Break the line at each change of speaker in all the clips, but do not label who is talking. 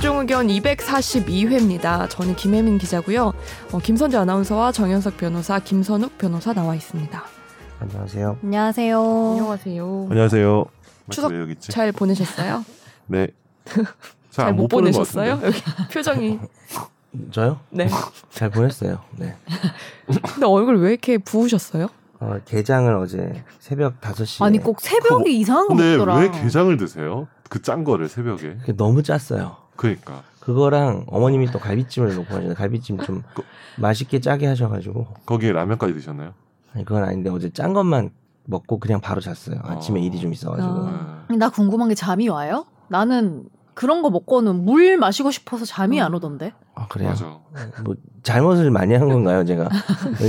경연 242회입니다. 저는 김혜민 기자고요. 어, 김선재 아나운서와 정현석 변호사, 김선욱 변호사 나와 있습니다.
안녕하세요.
안녕하세요.
안녕하세요.
안녕하세요.
추석
왜 여기 있지?
잘 보내셨어요?
네. 잘
잘
못
못
보는 것
보내셨어요?
같은데.
여기 표정이.
저요?
네.
잘 보냈어요. 네.
근데 얼굴 왜 이렇게 부으셨어요?
어, 게장을 어제 새벽 5시에
아니 꼭 새벽에
그거-
이상한 거
근데
먹더라.
왜 게장을 드세요? 그 짠 거를 새벽에.
그게 너무 짰어요.
그러니까.
그거랑 어머님이 또 갈비찜을 놓고 하셨는데 갈비찜 좀
그-
맛있게 짜게 하셔가지고
거기에 라면까지 드셨나요?
아니 그건 아닌데 어제 짠 것만 먹고 그냥 바로 잤어요. 아침에
어.
일이 좀 있어가지고
아.
네.
나 궁금한 게 잠이 와요? 나는 그런 거 먹고는 물 마시고 싶어서 잠이
음.
안 오던데.
아, 그래요.
맞아.
뭐 잘못을 많이 한 건가요 제가?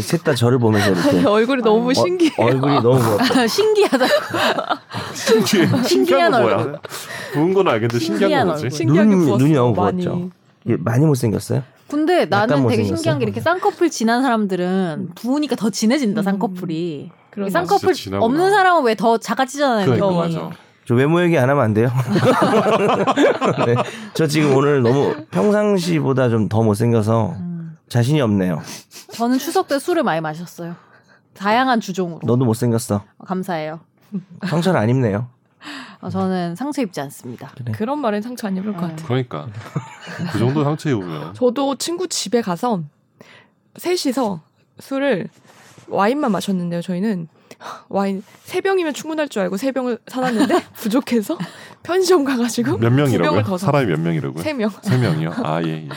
셋 다 저를 보면서
아니,
이렇게
얼굴이 너무
어,
신기해.
얼굴이 너무 뭐 부럽다.
신기하다.
신기해.
신기한
신기한 거
얼굴.
뭐야? 부은 건 알겠는데 신기한 거
신기한
뭐지?
얼굴.
신기하게
눈-
부었어.
눈이 너무
많이.
부었죠. 이게 많이 못생겼어요?
근데 나는 되게
못생겼어.
신기한 게 이렇게 쌍꺼풀 진한 사람들은 부으니까 더 진해진다
음.
쌍꺼풀이.
그런
쌍-
쌍꺼풀
진짜 진하구나.
없는 사람은 왜 그러니까. 더 작아지잖아요.
그러니까
눈이.
맞아.
저 외모 얘기 안 하면 안 돼요? 네, 저 지금 오늘 너무 평상시보다 좀 더 못생겨서
음.
자신이 없네요.
저는 추석 때 술을 많이 마셨어요. 다양한 주종으로.
너도 못생겼어.
감사해요.
상처는 안 입네요.
어, 저는 상처 입지 않습니다.
그런 말은 상처 안 입을 것 같아.
그러니까. 그 정도 상처 입으면.
저도 친구 집에 가서 셋이서 술을 와인만 마셨는데요. 저희는 와인 세 병이면 충분할 줄 알고 세 병을 사놨는데 부족해서 편의점 가가지고
몇
두 병을 더
명이라고요?
사-
사람이 몇 명이라고요?
세 명.
세 명이요? 아 예. 예.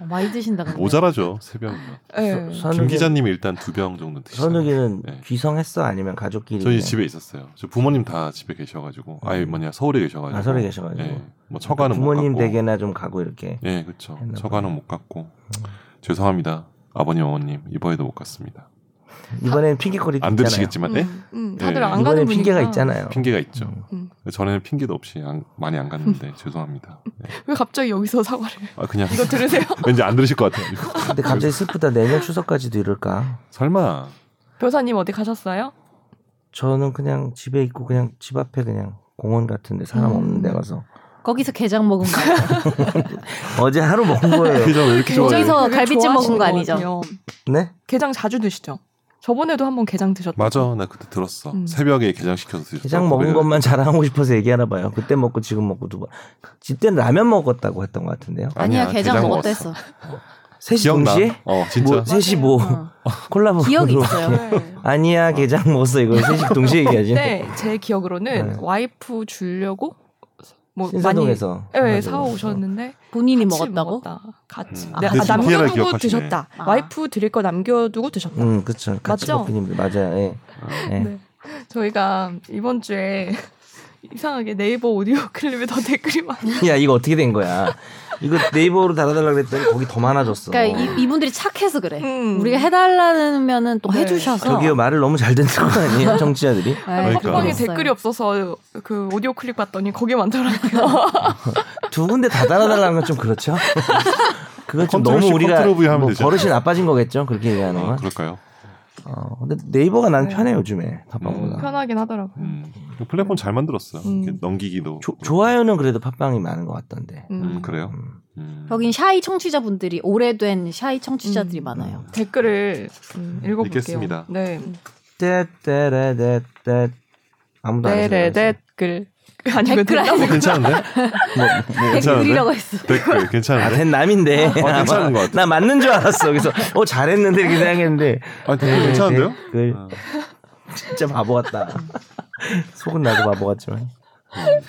어, 많이 드신다. 근데.
모자라죠. 세 명이면.
예.
김 기자님이 일단 두 병 정도 드시잖아요.
선욱이는
네.
귀성했어 아니면 가족끼리
저희
그냥?
집에 있었어요. 저 부모님 다 집에 계셔가지고 아예 뭐냐 서울에 계셔가지고.
아, 서울에 계셔가지고 그러니까
예. 뭐 처가는
부모님
못 갔고.
댁에나 좀 가고 이렇게
예, 그렇죠.
했나
처가는
봐요. 음.
못 갔고 죄송합니다. 아버님, 어머님 이번에도 못 갔습니다.
이번엔 핑계거리
안
있잖아요.
들으시겠지만, 예?
음, 음, 다들
예.
안 가는
이번엔
분이
핑계가 있잖아요.
핑계가 있죠.
음.
전에는 핑계도 없이 안- 많이 안
음.
갔는데 죄송합니다. 예.
왜 갑자기 여기서 사과를?
아 그냥
이거 들으세요?
왠지 안 들으실 것 같아요.
근데 갑자기 슬프다 내년 추석까지도 이럴까?
설마
변호사님 어디 가셨어요?
저는 그냥 집에 있고 그냥 집 앞에 그냥 공원 같은데 사람
음.
없는 데 가서
거기서 게장 먹은 거.
어제 하루 먹은 거예요.
피자 그 왜 이렇게 좋아해요?
거기서
되게
갈비찜
좋아하시는
먹은 거 아니죠?
같아요.
네?
게장 자주 드시죠? 저번에도 한번 게장 드셨죠?
맞아, 나 그때 들었어.
음.
새벽에 게장 시켜서 드셨어.
게장 먹은 것만 자랑하고 싶어서 얘기하나 봐요. 그때 먹고 지금 먹고 두 번. 그때는 라면 먹었다고 했던 것 같은데요.
아니야, 게장, 먹었다
먹었어.
했어.
셋이
기억나?
동시에?
어, 진짜.
뭐, 셋이 뭐
어.
콜라보
기억이
로
있어요.
네.
아니야 게장 먹었어 이거 셋이 동시에 얘기하지.
그때 네, 제 기억으로는
예. 네.
와이프 주려고 뭐 많이
신사동에서
예, 네,
해가지고.
사 오셨는데
본인이
같이
먹었다고?
먹었다. 같이.
음.
네,
그
아,
지금
남겨두고
기억하시네.
드셨다.
아.
와이프 드릴 거 남겨두고 드셨다.
음 그쵸 같이
맞죠?
먹긴 힘들 맞아요. 예. 예.
네. 저희가 이번 주에 이상하게 네이버 오디오 클립에 더 댓글이 많이.
야 이거 어떻게 된 거야? 이거 네이버로 달아달라 그랬더니 거기 더 많아졌어.
그러니까 이, 이분들이 착해서 그래.
음.
우리가 해달라면은 또
네.
해주셔서.
저기요 말을 너무 잘 듣는 거 아니에요 정치자들이?
네,
그러니까.
팟빵에
팟빵에
그랬어요.
댓글이 없어서 그 오디오 클립 봤더니 거기 많더라고요.
두 군데 다 달아달라는 건 좀 그렇죠? 그건 좀
컨트롤
너무
C,
우리가
컨트롤 V 하면
뭐
되죠.
버릇이 나빠진 거겠죠 그렇게 얘기하는
아,
네.
건.
그럴까요?
어, 근데 네이버가 난 편해 요즘에
음.
팟빵보다.
편하긴 하더라고요.
음. 플랫폼 잘 만들었어.
음.
이렇게 넘기기도.
조- 좋아요는 그래도 팟빵이 많은 것 같던데.
음,
음.
그래요.
음.
음.
여긴 샤이 청취자분들이 오래된 샤이 청취자들이
음.
많아요.
댓글을 음, 읽어볼게요.
읽겠습니다.
네.
떼떼레떼떼 아무도 안
네레
했어요.
댓글. 그 아니,
댓글 아니고
괜찮은데? 뭐,
댓글이라고 했어.
댓글 괜찮은데?
아, 된 남인데.
아, 괜찮은 것 같아.
나 맞는 줄 알았어. 그래서 어 잘했는데 이렇게 생각했는데
아, 댓글 괜찮은데요?
그
아.
진짜 바보 같다. 속은 나도 바보 같지만.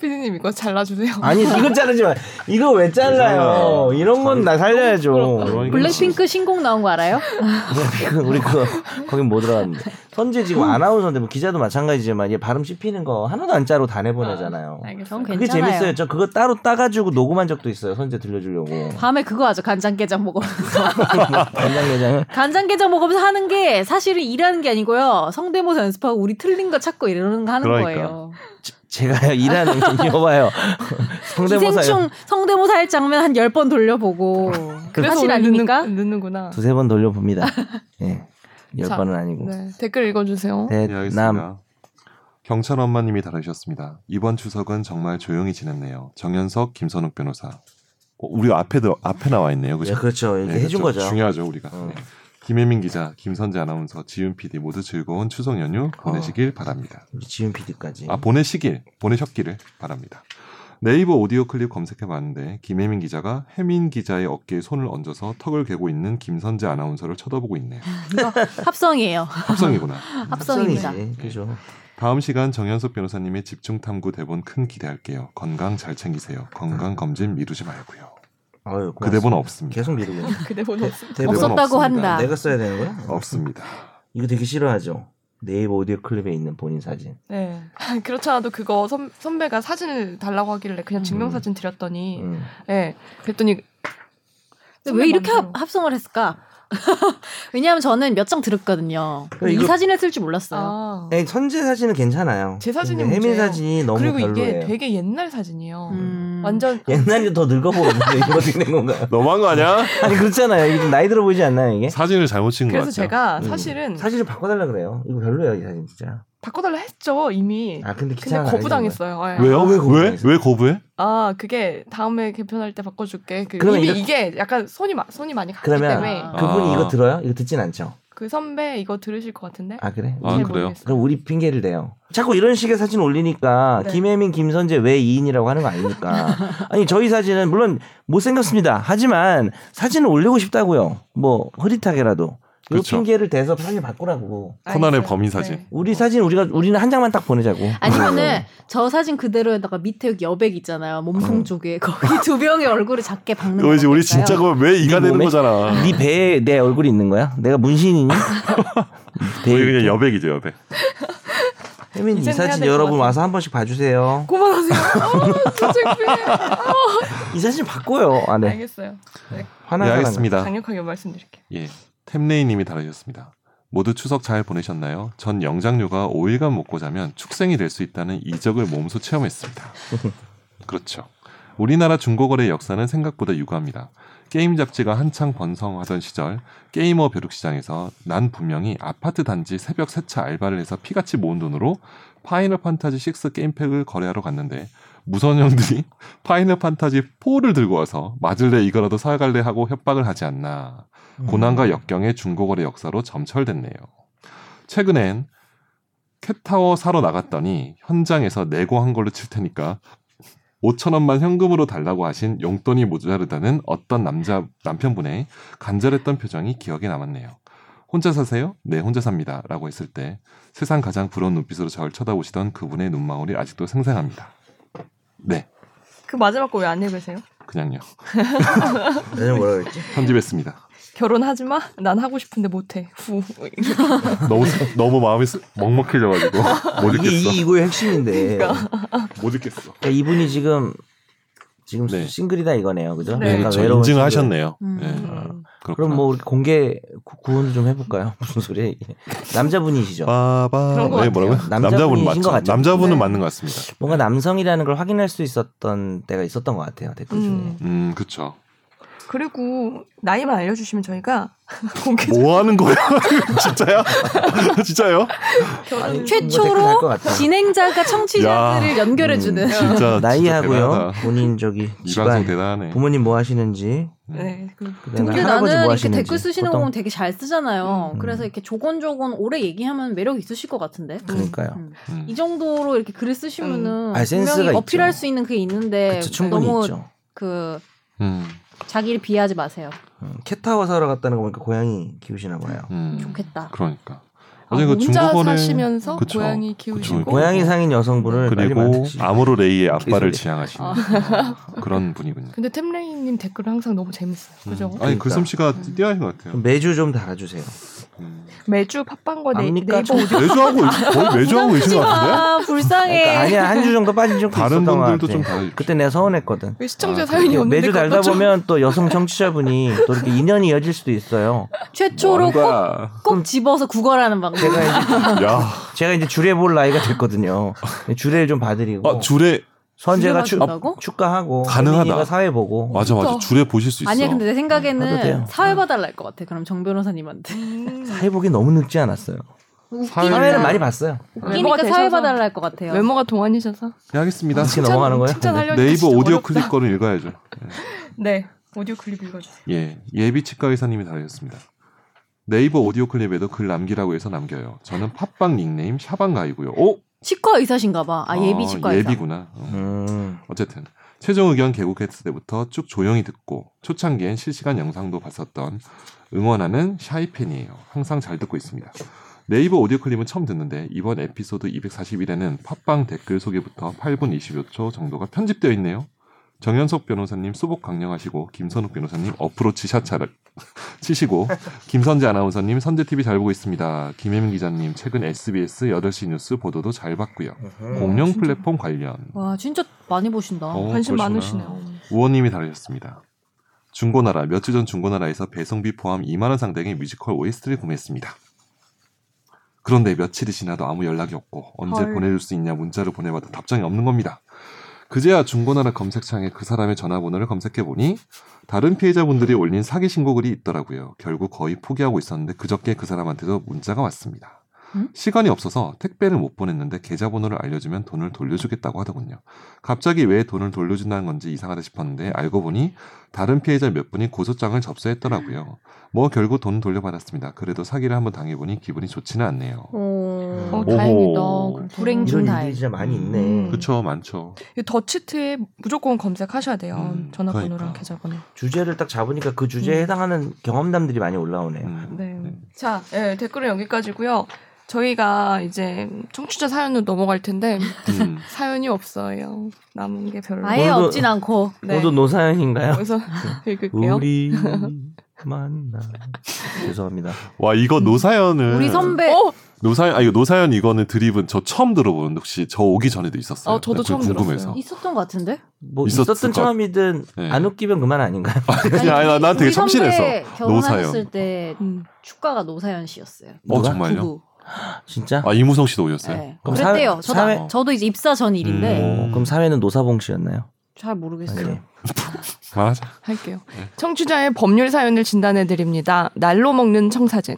피디님 이거 잘라주세요.
아니 이거 자르지 마. 이거 왜 잘라요? 이런 건 나 살려야죠.
부끄럽다.
블랙핑크 신곡 나온 거 알아요?
우리 그- 우리 그 거긴 못 들어갔는데.
네.
선재 지금 아나운서인데 뭐 기자도 마찬가지지만 얘 발음 씹히는 거 하나도 안 짜로 다 내보내잖아요.
알겠어요.
전
그게
괜찮아요.
재밌어요. 저 그거 따로 따가지고 녹음한 적도 있어요. 선재 들려주려고.
밤에 그거 하죠. 간장게장 먹으면서.
간장게장을
간장게장 먹으면서 하는 게 사실은 일하는 게 아니고요. 성대모사 연습하고 우리 틀린 거 찾고 이러는 거 하는
그러니까.
거예요.
제가 일하는 이어봐요. 성대모사
기생충 성대모사 할 장면 한 열 번 돌려보고. 그
그래서
사실
오늘
아닙니까?
늦는, 늦는구나.
두세 번 돌려봅니다. 예, 열
자,
번은 아니고.
네. 댓글 읽어주세요.
네,
대남
알겠습니다. 경찰 엄마님이 다루셨습니다. 이번 추석은 정말 조용히 지냈네요. 정연석, 김선욱 변호사. 어, 우리 앞에도 앞에 나와 있네요. 그죠?
예, 그렇죠. 이렇게
네,
해준
그렇죠.
거죠.
중요하죠 우리가.
어.
네. 김혜민 기자, 김선재 아나운서, 지윤 PD 모두 즐거운 추석 연휴 보내시길 바랍니다.
우리 지윤 PD까지.
아 보내시길 보내셨기를 바랍니다. 네이버 오디오 클립 검색해봤는데 김혜민 기자가 혜민 기자의 어깨에 손을 얹어서 턱을 개고 있는 김선재 아나운서를 쳐다보고 있네요.
이거 합성이에요.
합성이구나.
합성입니다.
합성이지. 그죠.
다음 시간 정현석 변호사님의 집중 탐구 대본 큰 기대할게요. 건강 잘 챙기세요. 건강 검진 미루지 말고요.
아유,
그 대본
고맙습니다.
없습니다.
계속 미루고 있네. 네,
그대 번호 없습니다.
대본
없어.
없었다고
없습니다.
한다.
내가 써야 되는 거야?
없습니다.
이거 되게 싫어하죠. 네이버 오디오 클립에 있는 본인 사진.
네. 그렇지 않아도 그거 선, 선배가 사진을 달라고 하길래
음.
그냥 증명사진 드렸더니,
음.
예. 그랬더니,
근데 왜 이렇게
마음대로.
합- 합성을 했을까? 왜냐하면 저는 몇 장 들었거든요. 근데 이
그러니까 이거-
사진을 쓸 줄 몰랐어요.
아.
아니, 선재 사진은 괜찮아요.
제 사진이
근데 혜민
문제예요.
사진이 네, 너무
그리고
별로예요.
이게 되게 옛날 사진이에요.
음.
아, 완전
옛날이 더 늙어 보이는데 이거 어떻게 된 건가요?
너무한 거 아니야?
아니 그렇잖아요. 이게 좀 나이 들어 보이지 않나요 이게?
네. 사진을 잘못 찍은 거
그래서
같죠?
제가
음.
사실은
사진 좀 바꿔달라 그래요. 이거 별로예요 이 사진 진짜.
바꿔달라 했죠 이미.
아
근데
근데 기자
거부당했어요. 예.
왜요?
아, 왜 거부해?
왜? 왜 거부해?
아 그게 다음에 개편할 때 바꿔줄게. 그
그러면
이미
이렇게-
이게 약간 손이 마- 손이 많이 갔기
그러면-
때문에
아.
그분이
아.
이거 들어요? 이거 듣진 않죠.
그 선배 이거 들으실 것 같은데.
아 그래?
아,
잘
그래요?
모르겠어요.
그럼 우리 핑계를 대요. 자꾸 이런 식의 사진 올리니까
네.
김혜민, 김선재 왜 2인이라고 하는 거 아닙니까? 아니 저희 사진은 물론 못생겼습니다. 하지만 사진을 올리고 싶다고요. 뭐 흐릿하게라도. 이
그렇죠.
핑계를 대서 사진 바꾸라고.
코난의
알겠어요. 네.
범인 사진.
우리 사진 우리가 우리는 한 장만 딱 보내자고.
아니면은
음.
저 사진 그대로에다가 밑에 여기 여백 있잖아요.
어.
몸통 쪽에 거기 두 명의 얼굴을 작게 박는
어, 이거 이제 우리 진짜
요
그왜 이가 되는
몸에?
거잖아.
네 배에 내 얼굴이 있는 거야? 내가 문신이니? 배에
우리 그냥 여백이죠 여백.
혜민 이
이제는 해야
사진
될것
여러분
같아요.
와서 한 번씩 봐주세요.
고만하세요. 아, 진짜 창피해.
이 사진 바꿔요. 아, 네.
알겠어요.
화나
네 알겠습니다.
강력하게 말씀드릴게요.
예. 템레이님이 달아주셨습니다. 모두 추석 잘 보내셨나요? 전 영장류가 5일간 먹고 자면 축생이 될 수 있다는 이적을 몸소 체험했습니다. 그렇죠. 우리나라 중고거래 역사는 생각보다 유구합니다. 게임 잡지가 한창 번성하던 시절 게이머 벼룩 시장에서 난 분명히 아파트 단지 새벽 세차 알바를 해서 피같이 모은 돈으로 파이널 판타지 6 게임팩을 거래하러 갔는데 무서운 형들이 파이널 판타지 4를 들고 와서 맞을래 이거라도 사갈래 하고 협박을 하지 않나
음.
고난과 역경의 중고거래 역사로 점철됐네요. 최근엔 캣타워 사러 나갔더니 현장에서 내고한 걸로 칠 테니까 5천 원만 현금으로 달라고 하신 용돈이 모자르다는 어떤 남자 남편분의 간절했던 표정이 기억에 남았네요. 혼자 사세요? 네, 혼자 삽니다.라고 했을 때 세상 가장 부러운 눈빛으로 저를 쳐다보시던 그분의 눈망울이 아직도 생생합니다. 네,
그 마지막 거 왜 안 읽으세요?
그냥요.
내가 네, 뭐라 그랬지?
편집했습니다.
결혼하지 마. 난 하고 싶은데 못해. 후.
너무 너무 마음이 쓰- 먹먹해져가지고 못
이게
읽겠어.
이, 이거의 핵심인데.
그러니까.
못 읽겠어.
그러니까 이분이 지금 지금
네.
싱글이다 이거네요. 그죠?
네.
약간
그렇죠.
아, 외로운
인증을
싱글.
하셨네요.
음.
예,
음.
그렇구나.
그럼 뭐 우리 공개 구- 구원 좀 해볼까요? 무슨 소리야 이게. 남자분이시죠?
빠바
그런 것
네,
같아요.
뭐라고요?
남자분이신
남자분
것
맞죠?
같죠?
남자분은
네.
맞는 것 같습니다.
뭔가 남성이라는 걸 확인할 수 있었던 때가 있었던 것 같아요. 댓글 그 중에.
음.
음, 그렇죠.
그리고 나이만 알려주시면 저희가 공개적으로
뭐 하는 거야? 진짜야? 진짜요?
결혼.
아니, 네.
최...
뭔가 댓글 날것
최초로
같아.
진행자가 청취자들을 연결해주는
음.
진짜
나이하고요.
대단하다.
본인 저기
이 방송
집안
대단하네.
부모님 뭐 하시는지
음.
네. 그
그다음에
근데
할아버지
나는
뭐
이렇게
하시는지
댓글 쓰시는 거 보면 되게 잘 쓰잖아요.
음.
그래서 이렇게 조곤조곤 오래 얘기하면 매력 있으실 것 같은데.
그러니까요.
음.
음.
이 정도로 이렇게 글을 쓰시면은
음. 아, 센스가
분명히
있죠.
어필할 수 있는 그게 있는데
그쵸, 충분히
네, 너무
있죠.
그
음.
자기를 비하하지 마세요.
음, 캣타워 사러 갔다는 거 보니까 고양이 키우시나 봐요.
음.
좋겠다.
그러니까.
아,
어제 그
혼자
중국어를-
사시면서
그쵸.
고양이
그쵸.
키우시고
어.
고양이 상인 여성분을 빨리
그리고
만드시.
아모르 레이의 아빠를
개소리.
지향하시는
아.
그런 분이군요.
근데 템레이님 댓글은 항상 너무 재밌어요. 그죠?
음. 아니
그러니까.
글솜씨가
음.
뛰어난 것 같아요.
매주 좀 달아주세요.
음.
매주 팟빵과 네, 네이버
압니까? 저-
오디오
매주하고 있- 거의 매주하고 계신 것 같은데?
아, 불쌍해.
그러니까 아니야 한 주 정도 빠진 적도
다른
있었던 것 같아.
분들도 좀 다르죠.
그때 내가 서운했거든.
왜 시청자
아,
사연이 없는데
매주
그것도
달다
좀-
보면 또 여성 청취자분이 또 이렇게 인연이 이어질 수도 있어요.
최초로 꼭,
뭔가-
꼭 집어서 구걸하는 방법.
제가 이제
야.
제가 이제 주례 볼 나이가 됐거든요. 주례를 좀 봐드리고
아, 줄에
선재가
주례
추,
봐준다고?
축가하고
가능하다.
혜민이가 사회 보고
맞아 맞아. 줄에 보실 수 있어.
아니야, 근데 내
봐도 돼요.
생각에는 사회 봐달라 할 것 같아. 그럼 정 변호사님한테.
음.
사회 보기 너무 늦지 않았어요.
사회-
사회를
음.
많이 봤어요.
외모가
웃기니까 사회
되셔서.
봐달라 할 것 같아요.
외모가 동안이셔서
네, 하겠습니다.
지금 넘어가는 거예요?
아, 칭찬하려니까
네이버
진짜
오디오
어렵다.
클립 거를 읽어야죠.
네. 오디오 클립 읽어주세요.
예, 예비 치과 의사님이 다루셨습니다. 네이버 오디오 클립에도 글 남기라고 해서 남겨요. 저는 팟빵 닉네임 샤방가이고요. 오,
치과 의사신가 봐. 아, 예비 치과 의사.
예비구나. 어.
음.
어쨌든 최종 의견 개국했을 때부터 쭉 조용히 듣고 초창기엔 실시간 영상도 봤었던 응원하는 샤이 팬이에요. 항상 잘 듣고 있습니다. 네이버 오디오 클립은 처음 듣는데 이번 에피소드 241에는 팟빵 댓글 소개부터 8분 25초 정도가 편집되어 있네요. 정현석 변호사님 수복 강령하시고 김선욱 변호사님 어프로치 샷차를 치시고 김선재 아나운서님 선재TV 잘 보고 있습니다. 김혜민 기자님 최근 SBS 8시 뉴스 보도도 잘 봤고요. 공룡
아, 진짜.
플랫폼 관련
와, 진짜 많이 보신다.
어,
관심
그러시구나.
많으시네요.
우원님이 다루셨습니다. 중고나라 며칠 전 중고나라에서 배송비 포함 2만 원 상당의 뮤지컬 OST를 구매했습니다. 그런데 며칠이 지나도 아무 연락이 없고 언제
헐.
보내줄 수 있냐 문자를 보내봐도 답장이 없는 겁니다. 그제야 중고나라 검색창에 그 사람의 전화번호를 검색해 보니 다른 피해자분들이 올린 사기 신고글이 있더라고요. 결국 거의 포기하고 있었는데 그저께 그 사람한테도 문자가 왔습니다.
음?
시간이 없어서 택배를 못 보냈는데 계좌번호를 알려주면 돈을 돌려주겠다고 하더군요. 갑자기 왜 돈을 돌려준다는 건지 이상하다 싶었는데 알고 보니 다른 피해자 몇 분이 고소장을 접수했더라고요. 뭐 결국 돈 돌려받았습니다. 그래도 사기를 한번 당해보니 기분이 좋지는 않네요.
어,
오호.
다행이다. 불행 중
이런
다행.
일들이 진짜 많이 있네.
음.
그쵸 많죠.
이 더치트에 무조건 검색하셔야 돼요.
음,
전화번호랑
그러니까.
계좌번호.
주제를 딱 잡으니까 그 주제에
음.
해당하는 경험담들이 많이 올라오네요.
음,
네.
네.
자, 예, 댓글은 여기까지고요. 저희가 이제 청취자 사연으로 넘어갈 텐데
음.
사연이 없어요. 남은 게 별로.
아예
오늘도-
없진 않고.
네.
오늘도 노사연인가요?
그래서
네.
읽을게요.
우리 만나. 죄송합니다.
와 이거 노사연은
우리 선배.
어,
노사연 아 이거 노사연 이거는 드립은 저 처음 들어보는데 혹시 저 오기 전에도 있었어요.
어, 저도
네,
처음
궁금해서.
들었어요.
있었던 것 같은데?
뭐
있었을
있었든
것
처음이든
네.
안 웃기면 그만 아닌가요?
아니, 아니, 나- 난 되게
우리 선배
참신해서. 노사연.
결혼하셨을 때
음.
축가가 노사연 씨였어요.
어
누가?
정말요?
부부.
진짜?
아 이무성 씨도 오셨어요?
네.
그럼
그랬대요.
사-
저도, 아,
사회-
저도 이제 입사 전 일인데
음. 네.
어, 그럼 사회는 노사봉 씨였나요?
잘 모르겠어요.
아니,
말하자.
할게요.
네.
청취자의 법률 사연을 진단해 드립니다. 날로 먹는 청사진.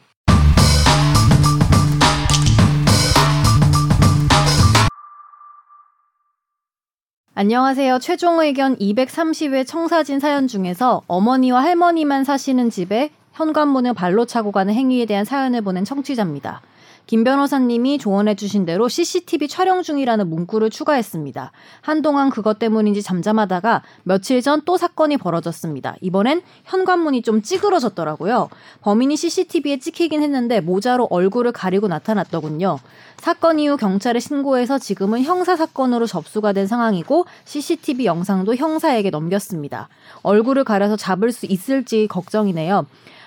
안녕하세요. 최종 의견 230회 청사진 사연 중에서 어머니와 할머니만 사시는 집에 현관문을 발로 차고 가는 행위에 대한 사연을 보낸 청취자입니다. 김 변호사님이 조언해주신 대로 CCTV 촬영 중이라는 문구를 추가했습니다. 한동안 그것 때문인지 잠잠하다가 며칠 전 또 사건이 벌어졌습니다. 이번엔 현관문이 좀 찌그러졌더라고요. 범인이 CCTV에 찍히긴 했는데 모자로 얼굴을 가리고 나타났더군요. 사건 이후 경찰에 신고해서 지금은 형사 사건으로 접수가 된 상황이고 CCTV 영상도 형사에게 넘겼습니다. 얼굴을 가려서 잡을 수 있을지 걱정이네요.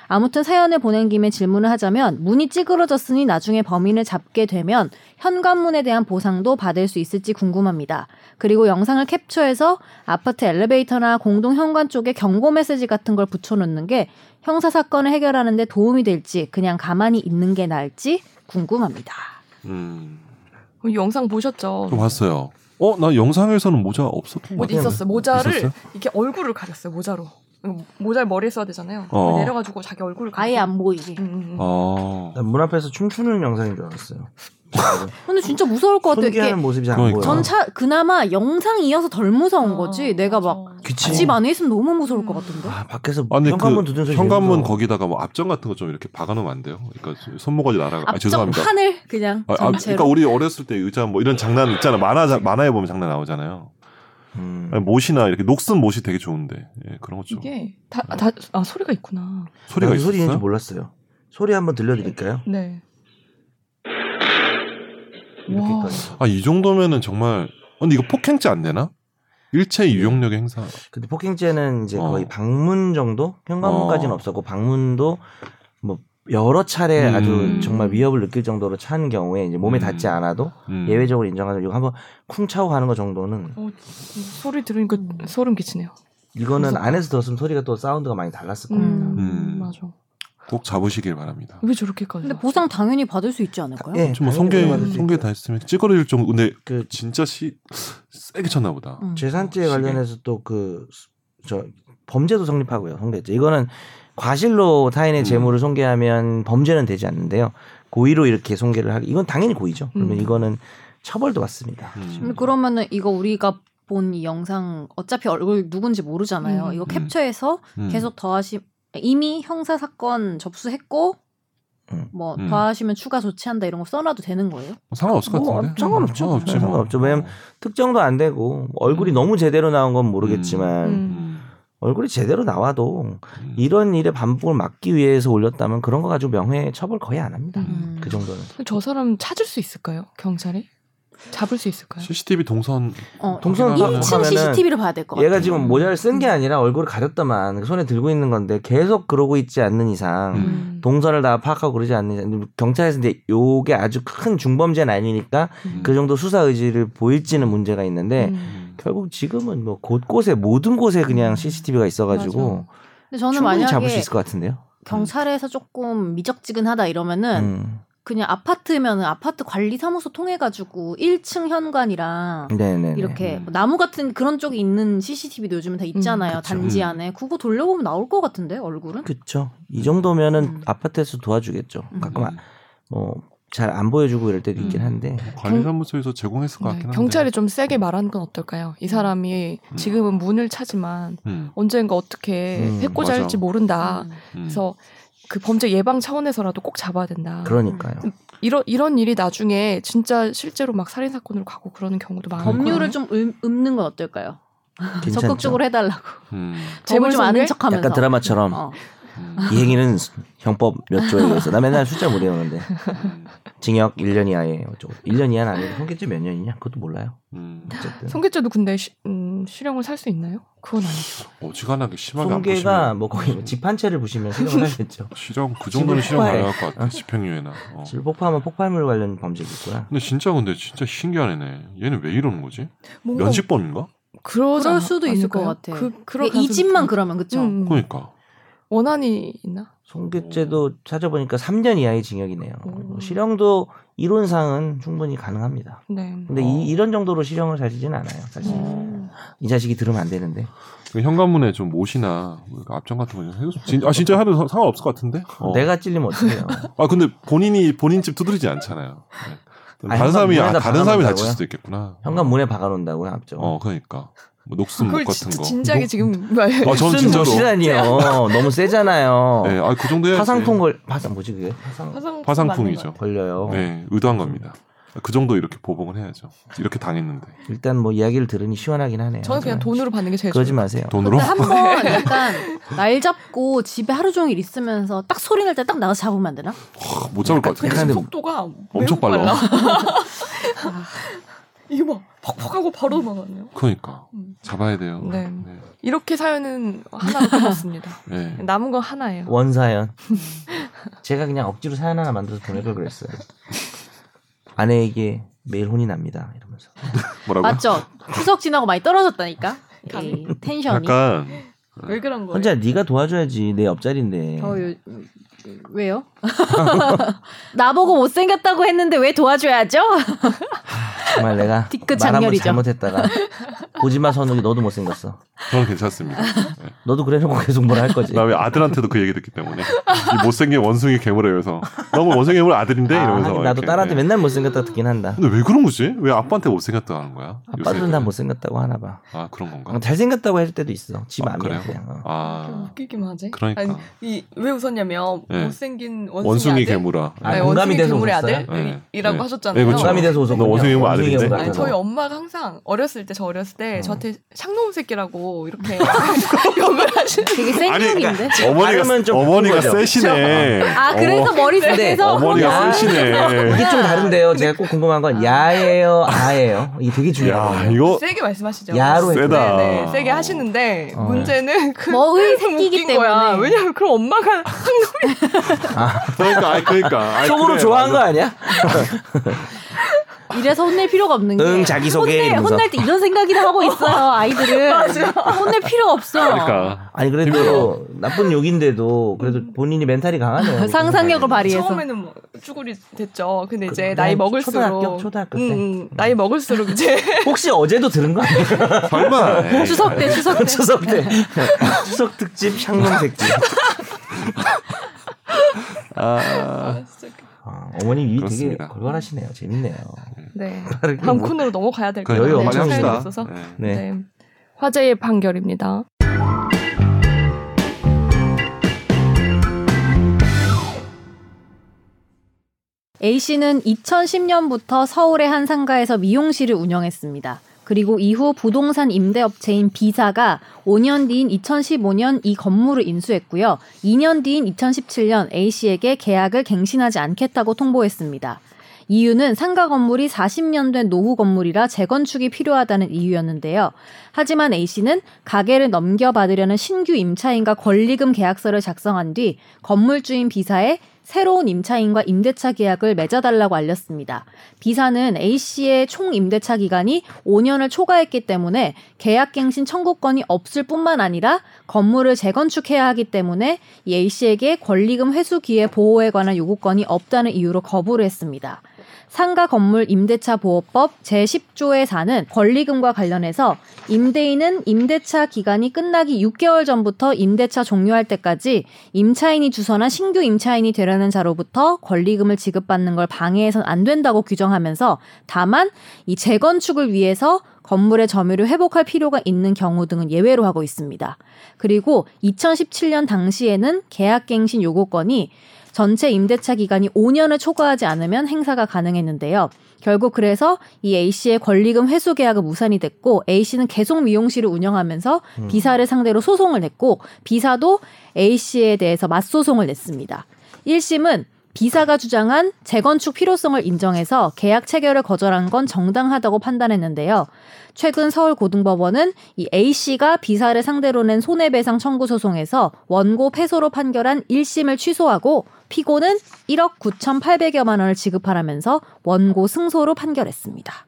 아무튼 사연을 보낸 김에 질문을 하자면 문이 찌그러졌으니 나중에 범인을 잡게 되면 현관문에 대한 보상도 받을 수 있을지 궁금합니다. 그리고 영상을 캡처해서 아파트 엘리베이터나 공동 현관 쪽에 경고 메시지 같은 걸 붙여놓는 게 형사 사건을 해결하는데 도움이 될지 그냥 가만히 있는 게 나을지 궁금합니다.
음.
어, 이 영상 보셨죠?
저 봤어요. 어 나 영상에서는 모자 없었던 것
어디
같아요.
있었어요? 모자를
있었어요?
이렇게 얼굴을 가렸어요. 모자로. 모자를 머리에 써야 되잖아요.
어.
내려가지고 자기 얼굴을 가리고.
아예 안 보이게.
음, 음, 음.
아.
난문 앞에서 춤추는 영상인 줄 알았어요.
근데 진짜 무서울 것 같아. 이게
손기하는 모습이 잘 안 보여.
그러니까. 전
전차 그나마 영상 이어서 덜 무서운 거지.
아, 음.
내가 막
맞아.
그치.
집 안에 있으면 너무 무서울 것 같은데.
아, 밖에서
아니
현관문
그
두드는 소리.
현관문
들리면서.
거기다가 뭐 앞정 같은 거 좀 이렇게 박아놓으면 안 돼요? 그러니까 손모가지 날아가. 아,
앞쪽
죄송합니다.
하늘 그냥
아, 아, 그러니까
전체로.
우리 어렸을 때 의자 뭐 이런 장난 있잖아 만화 자- 만화에 보면 장난 나오잖아요.
음.
아니, 못이나 이렇게 녹슨 못이 되게 좋은데 예, 그런 거죠.
이게 다,
음.
다, 아, 소리가 있구나.
소리가
나도 소리 있는지
있었어요?
몰랐어요. 소리 한번 들려드릴까요?
네. 와.
이렇게까지.
아 이 정도면은 정말 근데 이거 폭행죄 안 되나? 일체 유용력의 행사.
근데 폭행죄는 이제
어.
거의 방문 정도? 현관문까지는
어.
없었고 방문도 뭐 여러 차례
음.
아주 정말 위협을 느낄 정도로 찬 경우에 이제 몸에
음.
닿지 않아도
음.
예외적으로 인정하는 이거 한번 쿵 차고 가는 거 정도는
어, 소리 들으니까
음.
소름 끼치네요.
이거는
무섭다.
안에서 들었으면 소리가 또 사운드가 많이 달랐을 겁니다.
음.
음.
맞아.
꼭 잡으시길 바랍니다.
왜 저렇게까지?
근데
나왔어?
보상 당연히 받을 수 있지 않을까요?
예,
좀뭐
당연히
성게
받을 수
성게
있죠.
다 했으면 찌그러질 정도. 근데
그
진짜 시 세게 쳤나 보다.
음.
재산죄
시계. 그
관련해서 또 그 저 범죄도 성립하고요. 성배죄 이거는 과실로 타인의
음.
재물을 손괴하면 범죄는 되지 않는데요. 고의로 이렇게 손괴를 하기 이건 당연히 고의죠. 그러면
음.
이거는 처벌도 받습니다.
음.
근데 그러면은 이거 우리가 본 이 영상 어차피 얼굴 누군지 모르잖아요.
음.
이거
음.
캡처해서
음.
계속 더하시 이미 형사 사건 접수했고
음.
뭐
음.
더하시면 추가 조치한다 이런 거 써놔도 되는 거예요?
뭐 상관없을 것
뭐,
같은데.
상관없죠.
상관없지 뭐.
상관없죠. 왜냐면 특정도 안 되고 뭐 얼굴이 너무 제대로 나온 건 모르겠지만
음.
얼굴이 제대로 나와도
음.
이런 일의 반복을 막기 위해서 올렸다면 그런 거 가지고 명예 처벌 거의 안 합니다.
음.
그 정도는.
저 사람 찾을 수 있을까요? 경찰이? 잡을 수 있을까요?
CCTV 동선
어,
동선
확인하면-
1층 CCTV를 봐야 될 것 같아요. 음.
얘가 지금 모자를 쓴 게 아니라 얼굴을 가렸다만 그 손에 들고 있는 건데 계속 그러고 있지 않는 이상
음.
동선을 다 파악하고 그러지 않는 이상 경찰에서 근데 요게 아주 큰 중범죄는 아니니까
음.
그 정도 수사 의지를 보일지는 문제가 있는데
음.
음.
결국 지금은 뭐 곳곳에 모든 곳에 그냥 CCTV가 있어가지고
근데 음. 저는
충분히
만약에
잡을 수 있을 것 같은데요.
경찰에서 조금 미적지근하다 이러면은
음.
그냥 아파트면은 아파트 관리사무소 통해가지고 1층 현관이랑
네네.
이렇게 뭐
음.
나무 같은 그런 쪽이 있는 CCTV도 요즘은 다 있잖아요.
음, 그쵸.
단지
음.
안에 그거 돌려보면 나올 것 같은데 얼굴은?
그렇죠. 이 정도면은
음.
아파트에서 도와주겠죠.
음.
가끔 아, 뭐잘 안 보여주고 이럴 때도 있긴
음.
한데.
관리사무소에서 제공했을 것
네,
같긴 한데.
경찰이 좀 세게 말하는 건 어떨까요? 이 사람이
음.
지금은 문을 차지만
음.
언젠가 어떻게
음,
해코자
맞아.
할지 모른다.
음.
음.
그래서 그 범죄 예방 차원에서라도 꼭 잡아야 된다.
그러니까요.
음.
이런 이런 일이 나중에 진짜 실제로 막 살인 사건으로 가고 그러는 경우도 많아요.
법률을 좀 음, 읊는 건 어떨까요?
괜찮죠.
적극적으로 해달라고.
음.
재물
법을 좀 아는
손괴?
척하면서.
약간 드라마처럼
어.
음.
이 행위는 수- 형법 몇 조에 의해서 나 맨날 숫자 못 외우는데
음.
징역 1년 이하에 어쩌고 1년 이하는 아니고 형기죄 몇 년이냐 그것도 몰라요.
음.
어쨌든
성계죄도 근데 시, 음, 실형을 살 수 있나요? 그건 아니죠.
어지간하게 심하게 안
손괴가
보시면
뭐 거의 뭐 집한채를 보시면 생각을 하겠죠.
실형 그 정도는 실형
폭발.
가능할 것 같아. 집행유예나. 어.
질폭파하면 폭발물 관련 범죄겠구나.
근데 진짜 근데 진짜 신기한 애네. 얘는 왜 이러는 거지?
뭔가
면직범인가?
음. 그러지
그럴
않-
수도 있을 것
않을까요?
같아.
그, 그럴
근데 이
가능성이 있-
집만 그렇죠. 그러면 그쵸?
음, 음.
그러니까.
원한이 있나?
손괴죄도 찾아보니까 3년 이하의 징역이네요.
오.
실형도 이론상은 충분히 가능합니다.
네.
음.
근데
어.
이, 이런 정도로 실형을 살지진 않아요. 사실
음.
이 자식이 들으면 안 되는데
그 현관문에 좀 못이나 뭐 앞장 같은 거 좀 해줬으면. 진- 아 진짜 하도 사- 상관없을 것 같은데. 어.
내가 찔리면 어떡해요?
아 근데 본인이 본인 집 두드리지 않잖아요. 네.
아,
다른 사람이 아,
현관문에다
다른 사람이 다칠
박아놓는다고요?
수도 있겠구나.
현관 문에 박아놓는다고 앞쪽.
어 그러니까 뭐 녹슨 목
그걸
같은
진짜
거.
진작에
녹-
지금 말
아 저는 진짜로.
시라니요. 너무 세잖아요.
네, 아그 정도 해야지.
파상풍 걸 파상 뭐지 그게? 파상
화상
화상풍이죠.
걸려요.
네, 의도한 겁니다. 그 정도 이렇게 보복을 해야죠. 이렇게 당했는데
일단 뭐 이야기를 들으니 시원하긴 하네요.
저는 그냥
하지만
돈으로 받는 게 제일
그러지
좋아요.
마세요.
돈으로.
근데 한번 약간 날 잡고 집에 하루 종일 있으면서 딱 소리 날 때 딱 나가서 잡으면 안 되나?
아, 못 잡을 것
근데
같아.
약간-
지금 속도가
엄청
엄청
빨라.
빨라. 아. 이거 막 퍽퍽하고 바로 막았네요.
그러니까
음.
잡아야 돼요.
네.
네.
이렇게 사연은 하나로 끝났습니다.
네.
남은 건 하나예요.
원사연. 제가 그냥 억지로 사연 하나 만들어서 보낼 걸 그랬어요. 아내에게 매일 혼이 납니다. 이러면서.
뭐라고? 요
맞죠? 추석 지나고 많이 떨어졌다니까? 이 텐션이.
약간
왜 그런 거예요?
혼자 네가 도와줘야지 내 옆자리인데.
어, 요, 왜요? 나보고 못생겼다고 했는데 왜 도와줘야죠?
정말 내가
뒤끝
말 한번
장렬이죠.
잘못했다가 보지마 선욱이 너도 못생겼어.
저는 괜찮습니다. 네.
너도 그래놓고 계속 뭐라 할 거지.
그다음에 아들한테도 그 얘기 듣기 때문에 이 못생긴 원숭이 괴물에 의해서 너무 원숭이 괴물 아들인데
아,
이러면서
하긴 나도
이렇게,
딸한테
네.
맨날 못생겼다 듣긴 한다.
근데 왜 그런 거지? 왜 아빠한테 못생겼다는 거야?
아빠도
요새는.
나 못생겼다고 하나 봐.
아 그런 건가?
어, 잘생겼다고 할 때도 있어. 지
아,
맘이야
그래요?
그냥. 어.
아
웃기기만 하지.
그러니까.
아니, 이, 왜 웃었냐면
네.
못생긴 원숭이,
원숭이
아들?
괴물아.
아,
아니, 네,
공감이
원숭이
돼서
괴물의
웃었어요?
아들?
네.
이라고
네.
하셨잖아요.
네, 그렇죠.
공감이 돼서 웃었군요.
너 원숭이 괴물 아들인데?
괴물
아니,
아니잖아.
저희 엄마가 항상 어렸을 때 저 어렸을 때
음.
저한테 상놈 새끼라고 이렇게 욕을 하시는
되게 센
아니,
형인데?
그러니까
어머니가
발음은 좀
어머니가
그거죠.
세시네.
아, 그래서 머리
근데
속에서
네, 어머니가
아.
세시네.
이게 좀 다른데요. 제가 꼭 궁금한 건 야예요, 아예요. 이게 되게
야
중요해요.
이거
세게 말씀하시죠.
야로
네,
했구나.
어? 세다.
네, 세게 하시는데
어.
문제는 그
머의
너무
새끼기
웃긴 거야.
때문에.
왜냐면 그럼 엄마가
그러니까 아니, 그러니까 아니,
속으로
그래요.
좋아한 거 아니야?
이래서 혼낼 필요가 없는 게.
응, 자기소개
혼내,
이러면서.
혼날 때 이런 생각이나 하고 있어요, 아이들은. 혼낼 필요 없어.
그러니까
아니 그래도 음. 나쁜 욕인데도 그래도 본인이 멘탈이 강하네요.
상상력을 발휘해서.
처음에는 뭐 쭈구리 됐죠. 근데 이제
그,
나이
난
먹을수록 음,
초등학교, 초등학교 때.
나이 먹을수록 이제
혹시 어제도 들은 거 아니에요?
설마 예. 에이,
추석 때, 추석 때.
그 추석 때 추석 특집 향농 특집.
아,
아, 어머님 이 되게
그렇습니다.
아, 걸걸하시네요. 재밌네요.
네.
빠르게
다음
뭐-
코너로 넘어가야 될 것
그러니까
여유
같아요.
없어서
빨리
시간이
합시다.
없어서.
네.
네.
네. 화제의 판결입니다.
A씨는 2010년부터 서울의 한 상가에서 미용실을 운영했습니다. 그리고 이후 부동산 임대업체인 B사가 5년 뒤인 2015년 이 건물을 인수했고요. 2년 뒤인 2017년 A씨에게 계약을 갱신하지 않겠다고 통보했습니다. 이유는 상가 건물이 40년 된 노후 건물이라 재건축이 필요하다는 이유였는데요. 하지만 A씨는 가게를 넘겨받으려는 신규 임차인과 권리금 계약서를 작성한 뒤 건물주인 B사에 새로운 임차인과 임대차 계약을 맺어달라고 알렸습니다. B사는 A씨의 총 임대차 기간이 5년을 초과했기 때문에 계약갱신 청구권이 없을 뿐만 아니라 건물을 재건축해야 하기 때문에 이 A씨에게 권리금 회수 기회 보호에 관한 요구권이 없다는 이유로 거부를 했습니다. 상가 건물 임대차 보호법 제10조의 4는 권리금과 관련해서 임대인은 임대차 기간이 끝나기 6개월 전부터 임대차 종료할 때까지 임차인이 주선한 신규 임차인이 되려는 자로부터 권리금을 지급받는 걸 방해해선 안 된다고 규정하면서 다만 이 재건축을 위해서 건물의 점유를 회복할 필요가 있는 경우 등은 예외로 하고 있습니다. 그리고 2017년 당시에는 계약갱신 요구권이 전체 임대차 기간이 5년을 초과하지 않으면 행사가 가능했는데요. 결국 그래서 이 A씨의 권리금 회수 계약은 무산이 됐고 A씨는 계속 미용실을 운영하면서 B사를 상대로 소송을 냈고 B사도 A씨에 대해서 맞소송을 냈습니다. 1심은 B사가 주장한 재건축 필요성을 인정해서 계약 체결을 거절한 건 정당하다고 판단했는데요. 최근 서울고등법원은 이 A씨가 B사를 상대로 낸 손해배상 청구 소송에서 원고 패소로 판결한 1심을 취소하고 피고는 1억 9,800여만 원을 지급하라면서 원고 승소로 판결했습니다.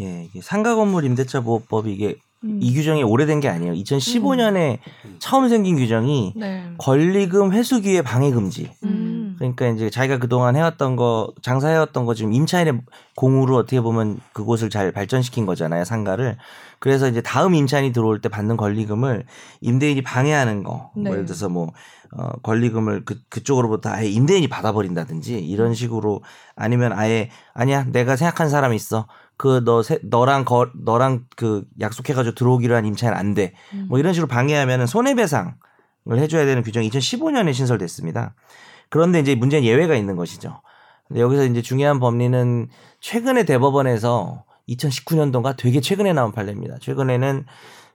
예, 이게 상가 건물 임대차 보호법 이게
음.
이 규정이 오래된 게 아니에요. 2015년에 처음 생긴 규정이
네.
권리금 회수 기회 방해 금지.
음.
그러니까 이제 자기가 그동안 해왔던 거 장사해왔던 거 지금 임차인의 공으로 어떻게 보면 그곳을 잘 발전시킨 거잖아요 상가를 그래서 이제 다음 임차인이 들어올 때 받는 권리금을 임대인이 방해하는 거뭐
네.
예를 들어서 뭐 어, 권리금을 그, 그쪽으로부터 아예 임대인이 받아버린다든지
음.
이런 식으로 아니면 아예 아니야 내가 생각한 사람 있어 그 너 너랑 거 너랑 그 약속해가지고 들어오기로 한 임차인 안 돼
음.
뭐 이런 식으로 방해하면은 손해배상을 해줘야 되는 규정이 2015년에 신설됐습니다. 그런데 이제 문제는 예외가 있는 것이죠. 근데 여기서 이제 중요한 법리는 최근에 대법원에서 2019년도가 되게 최근에 나온 판례입니다. 최근에는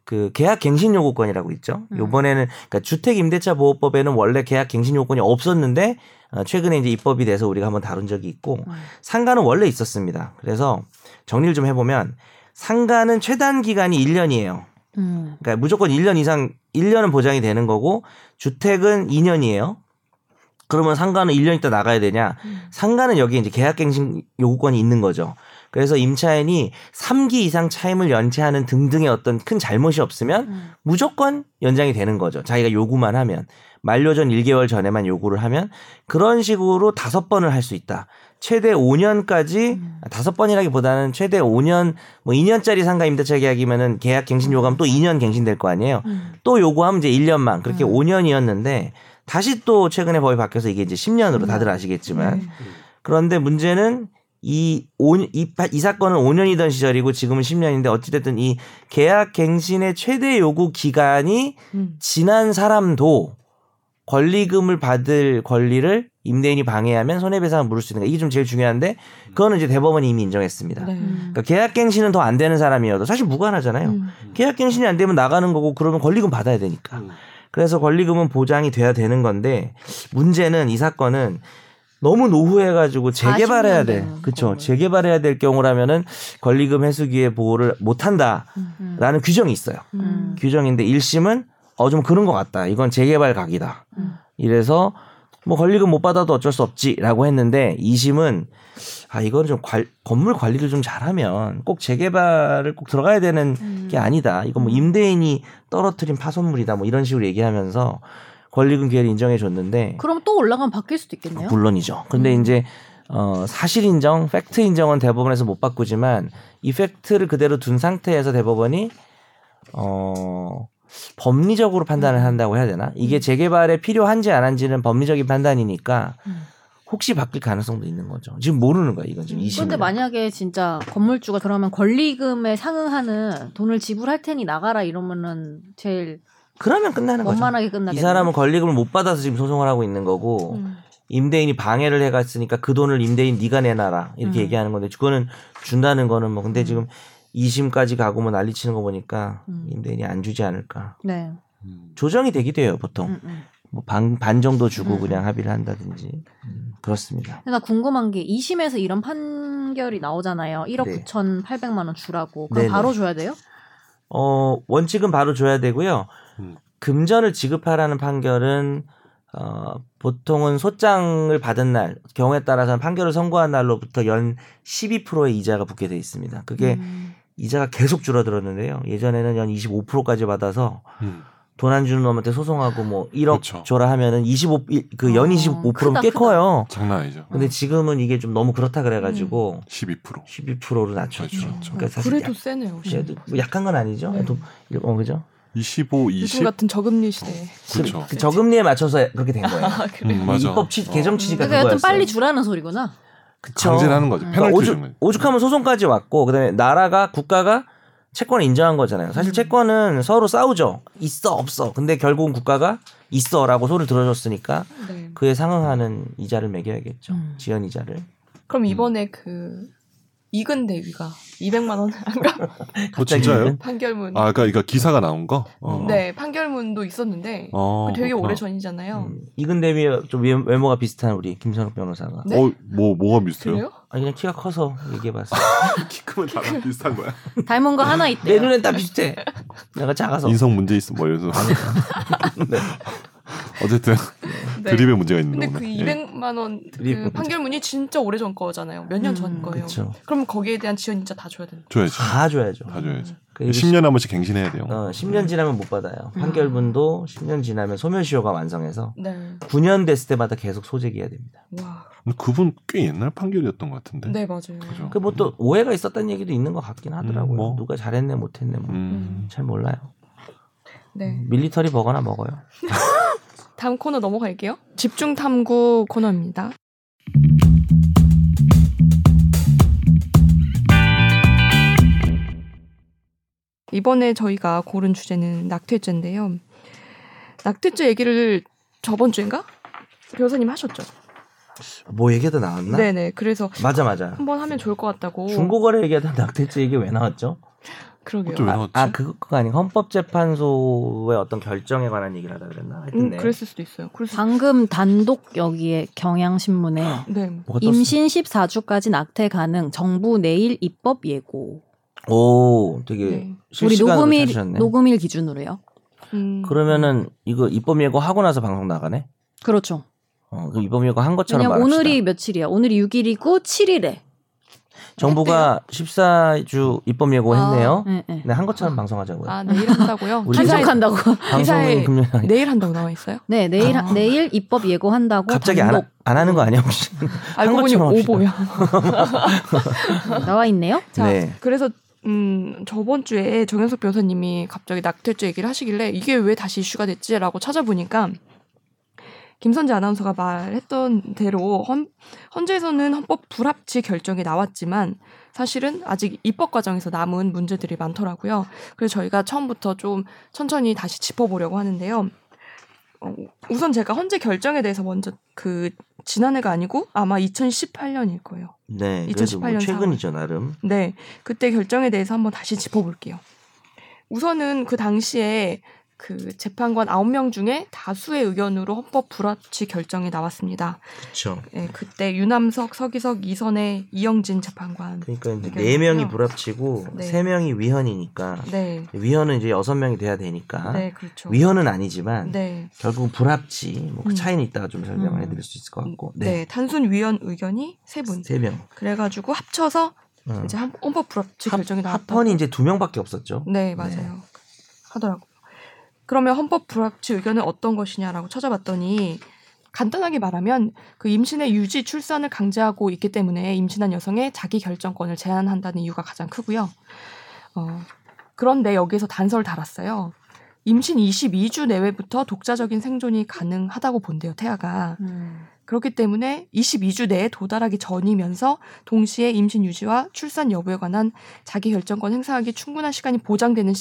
그 계약 갱신 요구권이라고 있죠.
음.
요번에는 그러니까 주택 임대차 보호법에는 원래 계약 갱신 요구권이 없었는데 어, 최근에 이제 입법이 돼서 우리가 한번 다룬 적이 있고 상가는 원래 있었습니다. 그래서 정리를 좀 해보면 상가는 최단 기간이 1년이에요.
음.
그러니까 무조건 1년 이상 1년은 보장이 되는 거고 주택은 2년이에요. 그러면 상가는 1년 있다 나가야 되냐? 상가는 여기 이제 계약갱신 요구권이 있는 거죠. 그래서 임차인이 3기 이상 차임을 연체하는 등등의 어떤 큰 잘못이 없으면
음.
무조건 연장이 되는 거죠. 자기가 요구만 하면 만료 전 1개월 전에만 요구를 하면 그런 식으로 다섯 번을 할 수 있다. 최대 5년까지
음.
다섯 번이라기보다는 최대 5년 뭐 2년짜리 상가 임대차 계약이면은 계약 갱신 요구하면 또 2년 갱신될 거 아니에요.
음.
또 요구하면 이제 1년만 그렇게
음.
5년이었는데 다시 또 최근에 법이 바뀌어서 이게 이제 10년으로
음.
다들
네.
아시겠지만 그런데 문제는 이, 오 이, 파- 이 사건은 5년이던 시절이고 지금은 10년인데 어찌됐든 이 계약 갱신의 최대 요구 기간이
음.
지난 사람도 권리금을 받을 권리를 임대인이 방해하면 손해배상을 물을 수 있는 거 이게 좀 제일 중요한데 그거는 이제 대법원이 이미 인정했습니다.
네.
음.
그러니까 계약갱신은 더 안 되는 사람이어도 사실 무관하잖아요.
음.
계약갱신이 안 되면 나가는 거고 그러면 권리금 받아야 되니까. 그래서 권리금은 보장이 돼야 되는 건데 문제는 이 사건은 너무 노후해가지고 재개발해야
40년
돼.
되는
그쵸.
거고요.
재개발해야 될 경우라면은 권리금 회수기의 보호를 못한다라는
음.
규정이 있어요.
음.
규정인데 1심은 어 좀 그런 것 같다. 이건 재개발 각이다.
음.
이래서 뭐 권리금 못 받아도 어쩔 수 없지라고 했는데 2심은 아 이건 좀 관- 건물 관리를 좀 잘하면 꼭 재개발을 꼭 들어가야 되는 게 아니다. 이건
음.
뭐 임대인이 떨어뜨린 파손물이다. 뭐 이런 식으로 얘기하면서 권리금 기회를 인정해 줬는데
그럼 또 올라가면 바뀔 수도 있겠네요.
물론이죠. 근데
음.
이제 어, 사실 인정, 팩트 인정은 대법원에서 못 바꾸지만 이 팩트를 그대로 둔 상태에서 대법원이 어,
음.
법리적으로 판단을 한다고 해야 되나? 이게 재개발에 필요한지 안 한지는 법리적인 판단이니까
음.
혹시 바뀔 가능성도 있는 거죠. 지금 모르는 거야 이건 지금 20년.
근데 만약에 진짜 건물주가 그러면 권리금에 상응하는 돈을 지불할 테니 나가라 이러면은 제일
그러면 끝나는 거죠.
원만하게 끝나겠네.
이 사람은 권리금을 못 받아서 지금 소송을 하고 있는 거고
음.
임대인이 방해를 해갔으니까 그 돈을 임대인 네가 내놔라 이렇게
음.
얘기하는 건데 그거는 준다는 거는 뭐 근데
음.
지금 2심까지 가고 뭐 난리 치는 거 보니까
음.
임대인이 안 주지 않을까.
네.
음.
조정이 되기도 해요 보통
음, 음.
뭐 반 반 정도 주고
음.
그냥 합의를 한다든지 음, 그렇습니다.
근데 나 그러니까 궁금한 게 2심에서 이런 판결이 나오잖아요. 1억
네.
9,800만 원 주라고. 그럼
네네.
바로 줘야 돼요?
어 원칙은 바로 줘야 되고요.
음.
금전을 지급하라는 판결은 어 보통은 소장을 받은 날 경우에 따라서는 판결을 선고한 날로부터 연 12%의 이자가 붙게 돼 있습니다. 그게
음.
이자가 계속 줄어들었는데요. 예전에는 연 25%까지 받아서
음.
돈 안 주는 놈한테 소송하고 뭐 1억
그렇죠.
줘라 하면은 25 그 연
어,
25%면 꽤
크다, 어. 크다.
커요.
장난 아니죠.
근데 지금은 이게 좀 너무 그렇다 그래가지고
음.
12%.
12%로 낮췄죠.
낮췄죠.
그렇죠.
그러니까 사실
그래도
약,
세네요.
그래도 뭐 약한 건 아니죠.
네.
또, 어, 그죠?
25,
요즘
20.
같은 저금리 시대에.
그렇죠.
그 저금리에 맞춰서 그렇게 된 거예요.
아, 그래.
음, 맞아.
입법 취,
어.
개정 취지가
그러니까 여튼
그거였어요.
빨리 주라는 소리구나.
그쵸.
강제하는
음.
거죠.
그러니까
페널티
오죽,
주는 거.
오죽하면 소송까지 왔고 그다음에 나라가 국가가 채권을 인정한 거잖아요. 사실 채권은 서로 싸우죠. 음. 있어 없어. 근데 결국은 국가가 있어라고 소를 들어줬으니까
음.
네.
그에 상응하는 이자를 매겨야겠죠.
음.
지연 이자를.
음.
그럼 이번에 그 이근 대위가 200만 원
어, 진짜요?
이거는?
판결문.
아, 그러니까 이거 기사가 나온 거? 어.
네, 판결문도 있었는데
어,
그 되게
그렇구나.
오래 전이잖아요.
음, 이근 대비 좀 외- 외모가 비슷한 우리 김선욱 변호사가
네?
어, 뭐 뭐가 비슷해요?
그래요?
아니 그냥 키가 커서 얘기해봤어요.
키 크면 다랑 비슷한 거야.
닮은 거 하나
내
있대요.
눈엔 다 비슷해. 내가 작아서.
인성 문제 있어 뭐 이래서. 네. 어쨌든
네.
드립에 문제가 있는
근데
거구나.
그
예.
200만 원
드립.
그 판결문이 진짜 오래 전 거잖아요. 몇 년 전
음.
거예요.
그렇죠.
그럼 거기에 대한 지원 진짜 다 줘야 되는
줘야지.
다 줘야죠.
다 줘야죠.
그
10년에 한 번씩 갱신해야 돼요.
어, 10년 지나면 못 받아요. 판결문도 10년 지나면 소멸시효가 완성해서
거예요.
9년 됐을 때마다 계속 소재기해야 됩니다.
네. 와.
근데 그분 꽤 옛날 판결이었던 것 같은데.
네, 맞아요.
그죠.
그 뭐 또 오해가 있었다는 얘기도 있는 것 같긴 하더라고요.
음, 뭐.
누가 잘했네 못했네 뭐.
음.
잘 몰라요.
네.
밀리터리 버거나 먹어요.
다음 코너 넘어갈게요. 집중 탐구 코너입니다. 이번에 저희가 고른 주제는 낙태죄인데요. 낙태죄 얘기를 저번 주인가? 변호사님 하셨죠?
뭐 얘기도 나왔나?
네네. 그래서
맞아 맞아.
음,
한번 하면 좋을 것 같다고.
뭐.
중고거래 얘기하다 낙태죄 얘기 왜 나왔죠?
그러게요.
또 왜
아,
나왔지?
아 그거 그거 아닌 헌법재판소의 어떤 결정에 관한 얘기를 하다 그랬나? 하여튼
음,
네.
그랬을 수도 있어요. 그랬을 수...
방금 단독 여기에 경향신문에
네.
뭐가 아, 떴어?
임신 14주까지 낙태 가능 정부 내일 입법 예고.
오, 되게
네.
우리
실시간으로
녹음일
찾으셨네.
녹음일 기준으로요.
음,
그러면은 이거 입법 예고 하고 나서 방송 나가네?
그렇죠.
어, 그럼 입법 예고 한 것처럼
왜냐면
말합시다.
오늘이 며칠이야? 오늘이 6일이고 7일에.
정부가 14주 입법 예고 했네요.
예, 예.
네, 한 것처럼 방송하자고요.
아 내일 한다고요?
우리
기사에-
한다고.
기사에-
방송은 금요일 날
내일 한다고 나와 있어요?
네, 내일 하- 내일 입법 예고한다고
뭐
갑자기 안,
단독
하- 안 하는 거 아니야 혹시?
알고 보니
것처럼 합시다.
오보야.
나와 있네요.
자,
네.
그래서 음 저번 주에 정현석 변호사님이 갑자기 낙태죄 얘기를 하시길래 이게 왜 다시 이슈가 됐지라고 찾아보니까 김선재 아나운서가 말했던 대로 헌, 헌재에서는 헌법 불합치 결정이 나왔지만 사실은 아직 입법 과정에서 남은 문제들이 많더라고요. 그래서 저희가 처음부터 좀 천천히 다시 짚어보려고 하는데요. 어, 우선 제가 헌재 결정에 대해서 먼저 그 지난해가 아니고 아마 2018년일 거예요.
네. 그래도 뭐
2018년
최근이죠 나름.
네, 그때 결정에 대해서 한번 다시 짚어볼게요. 우선은 그 당시에 그 재판관 9명 중에 다수의 의견으로 헌법 불합치 결정이 나왔습니다.
그렇죠.
네, 그때 유남석, 서기석, 이선의 이영진 재판관.
그러니까 이제
의견이고요.
네 명이 불합치고
네.
세 명이 위헌이니까
네,
위헌은 이제 여섯 명이 돼야 되니까
네, 그렇죠.
위헌은 아니지만
네,
결국 불합치 뭐그
음.
차이는 있다가 좀 설명을
음.
해드릴 수 있을 것 같고.
네. 단순 위헌 의견이 세 분.
세 명.
그래가지고 합쳐서
어.
이제 헌- 헌법 불합치
합-
결정이 나왔다.
합헌이 이제 두 명밖에 없었죠.
네, 맞아요. 하더라고요. 그러면 헌법 불합치 의견은 어떤 것이냐라고 찾아봤더니 간단하게 말하면 그 임신의 유지 출산을 강제하고 있기 때문에 임신한 여성의 자기 결정권을 제한한다는 이유가 가장 크고요. 어, 그런데 여기에서 단서를 달았어요. 임신 22주 내외부터 독자적인 생존이 가능하다고 본대요, 태아가.
음.
그렇기 때문에 22주 내에 도달하기 전이면서 동시에 임신 유지와 출산 여부에 관한 자기 결정권 행사하기 충분한 시간이 보장되는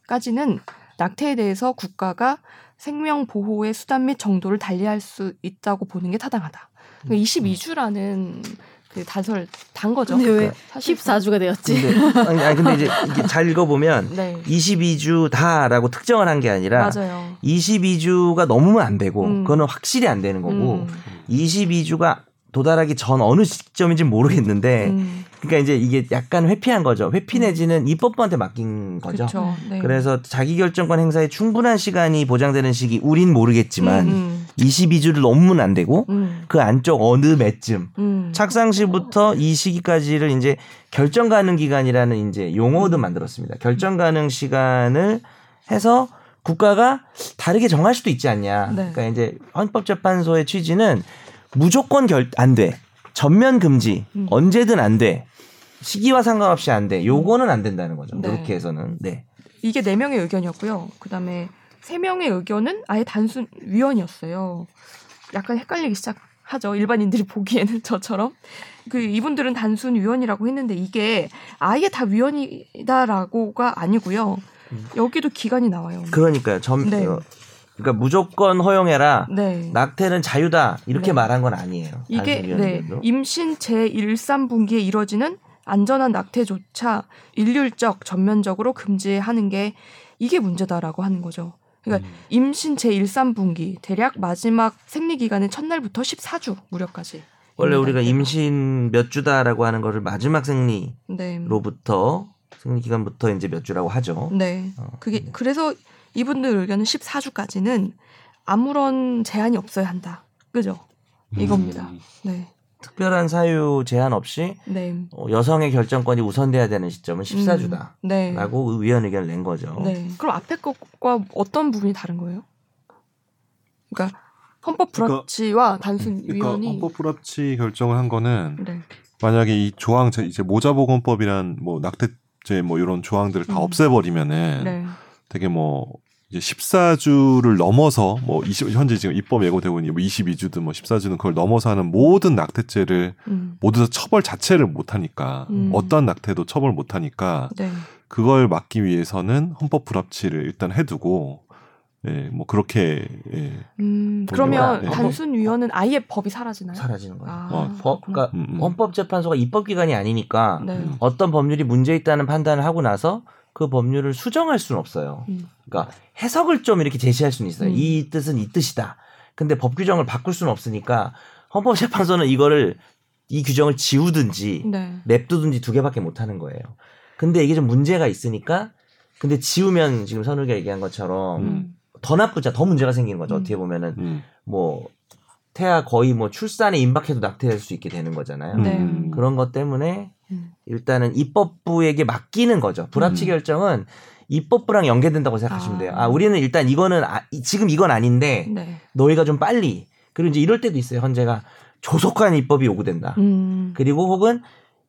시기까지는 낙태에 대해서 국가가 생명 보호의 수단 및 정도를 달리할 수 있다고 보는 게 타당하다.
음.
그러니까 22주라는 그 단서를 단 거죠.
근데 왜
사실상.
14주가 되었지.
근데 아니, 아니, 근데 이제 이게 잘 읽어보면
네.
22주 다라고 특정을 한 게 아니라
맞아요.
22주가 넘으면 안 되고
음.
그거는 확실히 안 되는 거고
음,
22주가 도달하기 전 어느 시점인지 는 모르겠는데
음,
그러니까 이제 이게 약간 회피한 거죠. 회피
음.
내지는 입법부한테 맡긴 거죠.
그렇죠. 네.
그래서 자기결정권 행사에 충분한 시간이 보장되는 시기 우린 모르겠지만
음,
22주를 넘으면 안 되고
음,
그 안쪽 어느 매쯤
음.
착상시부터 이 시기까지를 이제 결정 가능 기간이라는 이제 용어도 만들었습니다. 결정 가능 시간을 해서 국가가 다르게 정할 수도 있지 않냐.
네.
그러니까 이제 헌법재판소의 취지는 무조건 결, 안 돼. 전면 금지.
음.
언제든 안 돼. 시기와 상관없이 안 돼. 요거는 안 된다는 거죠.
네.
그렇게 해서는. 네.
이게 네명의 의견이었고요. 그다음에 세명의 의견은 아예 단순 위원이었어요. 약간 헷갈리기 시작하죠. 일반인들이 보기에는 저처럼. 그 이분들은 단순 위원이라고 했는데 이게 아예 다 위원이다라고가 아니고요. 여기도 기간이 나와요.
그러니까요. 점,
네.
어, 그러니까 무조건 허용해라.
네.
낙태는 자유다. 이렇게
네.
말한 건 아니에요.
이게
다른
네,
의견들도.
임신 제13분기에 이뤄지는 안전한 낙태조차 일률적 전면적으로 금지하는 게 이게 문제다라고 하는 거죠. 그러니까 임신 제13분기 대략 마지막 생리 기간의 첫날부터 14주 무렵까지.
원래 우리가 임신 몇 주다라고 하는 거를 마지막 생리로부터
네.
생리 기간부터 이제 몇 주라고 하죠.
네.
어,
그게
네.
그래서 이분들 의견은 14주까지는 아무런 제한이 없어야 한다. 그죠?
음.
이겁니다. 네.
특별한 사유 제한 없이
네.
어, 여성의 결정권이 우선돼야 되는 시점은 14주다라고 어.
음, 네.
위원 의견을 낸 거죠.
네. 그럼 앞에 것과 어떤 부분이 다른 거예요? 그러니까 헌법
그러니까-
불합치와 단순
그러니까
위원이
헌법 불합치 결정을 한 거는
네.
만약에 이 조항 자- 이제 모자보건법이란 뭐 낙태죄 뭐 이런 조항들을 다
음.
없애버리면은
네.
되게 뭐 이제 14주를 넘어서 뭐 20, 현재 지금 입법 예고되고 있는 뭐 22주든 뭐 14주든 그걸 넘어서 하는 모든 낙태죄를
음.
모두 다 처벌 자체를 못 하니까
음.
어떤 낙태도 처벌 못 하니까
네.
그걸 막기 위해서는 헌법 불합치를 일단 해두고 예, 뭐 그렇게 예.
음,
그러니까,
그러면
네.
단순 위원은 아예 법이 사라지나요?
사라지는 거예요.
아,
어,
법,
그렇구나.
그러니까
음, 음.
헌법재판소가 입법기관이 아니니까
네.
음.
어떤 법률이 문제 있다는 판단을 하고 나서 그 법률을 수정할 수는 없어요.
음.
그러니까 해석을 좀 이렇게 제시할 수는 있어요.
음.
이 뜻은 이 뜻이다. 근데 법 규정을 바꿀 수는 없으니까 헌법재판소는 이거를 이 규정을 지우든지
네.
냅두든지 두 개밖에 못 하는 거예요. 근데 이게 좀 문제가 있으니까 근데 지우면 지금 선우가 얘기한 것처럼
음.
더 나쁘자 더 문제가 생기는 거죠.
음.
어떻게 보면은
음.
뭐 태아 거의 뭐 출산에 임박해도 낙태할 수 있게 되는 거잖아요.
네.
음.
그런 것 때문에
음.
일단은 입법부에게 맡기는 거죠. 불합치
음.
결정은 입법부랑 연계된다고 생각하시면
아.
돼요. 아, 우리는 일단 이거는 아, 이- 지금 이건 아닌데
네.
너희가 좀 빨리 그리고 이제 이럴 때도 있어요. 현재가 조속한 입법이 요구된다.
음.
그리고 혹은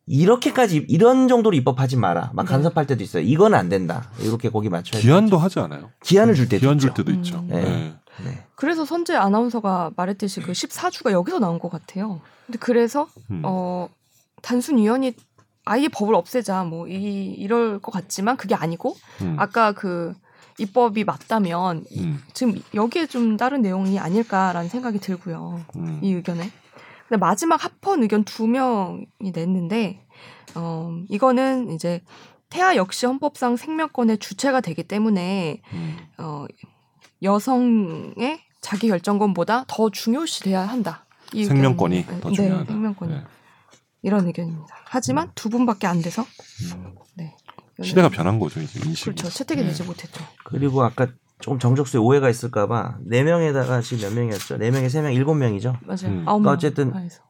이렇게까지 이런 정도로 입법하지 마라. 막
네.
간섭할 때도 있어요. 이건 안 된다. 이렇게 거기 맞춰야 돼요.
기한도 하지 않아요?
기한을 줄 때도
기한 줄
있죠.
때도
음.
있죠.
네.
예.
네.
그래서 선재 아나운서가 말했듯이 그 14주가 여기서 나온 것 같아요. 근데 그래서
음.
어, 단순 위원이 아예 법을 없애자 뭐 이, 이럴 것 같지만 그게 아니고
음.
아까 그 입법이 맞다면
음.
지금 여기에 좀 다른 내용이 아닐까라는 생각이 들고요.
음.
이 의견에. 근데 마지막 합헌 의견 두 명이 냈는데 어, 이거는 이제 태아 역시 헌법상 생명권의 주체가 되기 때문에
음.
어, 여성의 자기 결정권보다 더 중요시돼야 한다. 이 의견.
생명권이
네,
더 중요하다.
네, 생명권이
예.
이런 의견입니다. 하지만 두 분밖에 안 돼서 네.
시대가 변한 거죠 이제 인식이.
그렇죠. 채택이
네.
예.
되지 못했죠.
그리고 아까 조금 정적수에 오해가 있을까봐 네명에다가 지금 몇 명이었죠? 네명에세명 일곱 명이죠
맞아요.
음.
아홉 명.
어쨌든
반에서.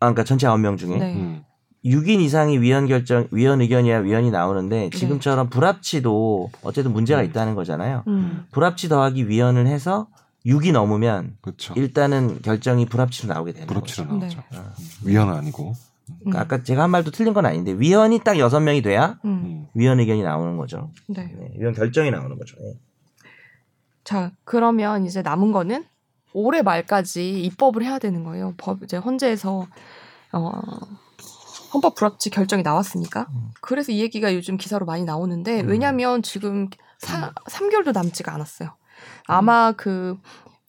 아, 그러니까 전체 9명 중에
네.
음.
6인 이상이 위헌 결정, 위헌 의견이야 위헌이 나오는데 지금처럼 불합치도 어쨌든 문제가
음.
있다는 거잖아요.
음.
불합치 더하기 위헌을 해서 6이 넘으면
그렇죠.
일단은 결정이 불합치로 나오게 되는
불합치로
거죠. 어.
음.
네.
나오죠. 위헌은 아니고.
음.
그러니까 아까 제가 한 말도 틀린 건 아닌데 위원이 딱 여섯 명이 돼야
음,
음.
위원 의견이 나오는 거죠.
네.
네, 위원 결정이 나오는 거죠. 네.
자, 그러면 이제 남은 거는 올해 말까지 입법을 해야 되는 거예요. 법 이제 헌재에서 어, 헌법 불합치 결정이 나왔으니까. 그래서 이 얘기가 요즘 기사로 많이 나오는데
음.
왜냐하면 지금 사, 3개월도 남지가 않았어요.
음.
아마 그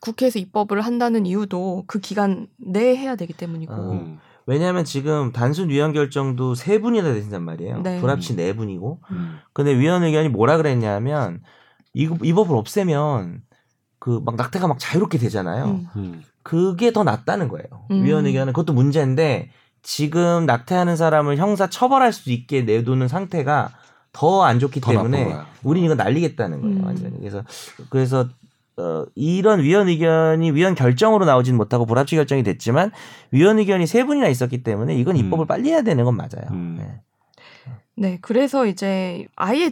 국회에서 입법을 한다는 이유도 그 기간 내에 해야 되기 때문이고.
아,
음.
왜냐하면 지금 단순 위원 결정도 세 분이나 되신단 말이에요.
네.
불합치 네 분이고.
음.
근데 위원 의견이 뭐라 그랬냐면 이, 이 법을 없애면 그 막 낙태가 막 자유롭게 되잖아요.
음.
음.
그게 더 낫다는 거예요.
음.
위원 의견은 그것도 문제인데 지금 낙태하는 사람을 형사 처벌할 수 있게 내두는 상태가 더 안 좋기
더 나쁜
때문에
거야.
우린 이거 날리겠다는 거예요,
음.
완전히. 그래서 그래서 어, 이런 위원 의견이 위원 결정으로 나오진 못하고 불합치 결정이 됐지만 위원 의견이 세 분이나 있었기 때문에 이건 입법을
음.
빨리 해야 되는 건 맞아요.
음.
네.
네, 그래서 이제 아예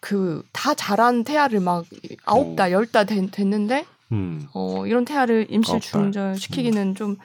그 다 자란 태아를 막
오.
아홉 달, 열 달 됐는데
음.
어, 이런 태아를 임시
아홉 달.
중절시키기는 좀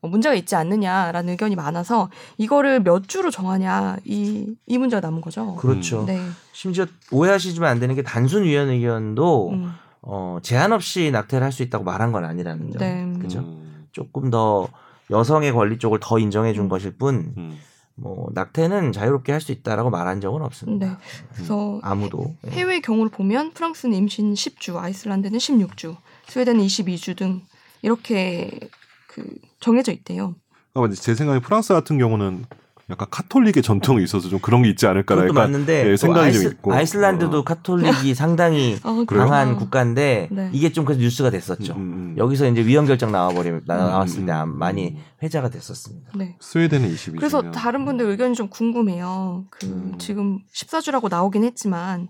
문제가 있지 않느냐라는 의견이 많아서 이거를 몇 주로 정하냐 이, 이 문제가 남은 거죠.
그렇죠.
네.
심지어 오해하시지만 안 되는 게 단순 위원 의견도
음,
어, 제한 없이 낙태를 할 수 있다고 말한 건 아니라는 점.
네.
그죠?
음.
조금 더 여성의 권리 쪽을 더 인정해 준
음.
것일 뿐,
음.
뭐 낙태는 자유롭게 할 수 있다라고 말한 적은 없습니다.
네. 그래서
아무도. 예.
해외 경우를 보면 프랑스는 임신 10주, 아이슬란드는 16주, 스웨덴은 22주 등 이렇게 그 정해져 있대요.
그러니까 제 생각에 프랑스 같은 경우는 약간 카톨릭의 전통이 있어서 좀 그런 게 있지 않을까.
그것도
약간
맞는데
예,
또
생각이
아이스,
좀 있고. 어.
란 드도 카톨릭이 상당히
아,
그래요?
강한 국가인데
네.
이게 좀 그래서 뉴스가 됐었죠.
음, 음.
여기서 이제 위헌 결정 나와버리 나-
음,
나왔을 때
음.
많이 회자가 됐었습니다.
네.
스웨덴은 22주.
그래서 다른 분들 의견이 좀 궁금해요. 그
음.
지금 14주라고 나오긴 했지만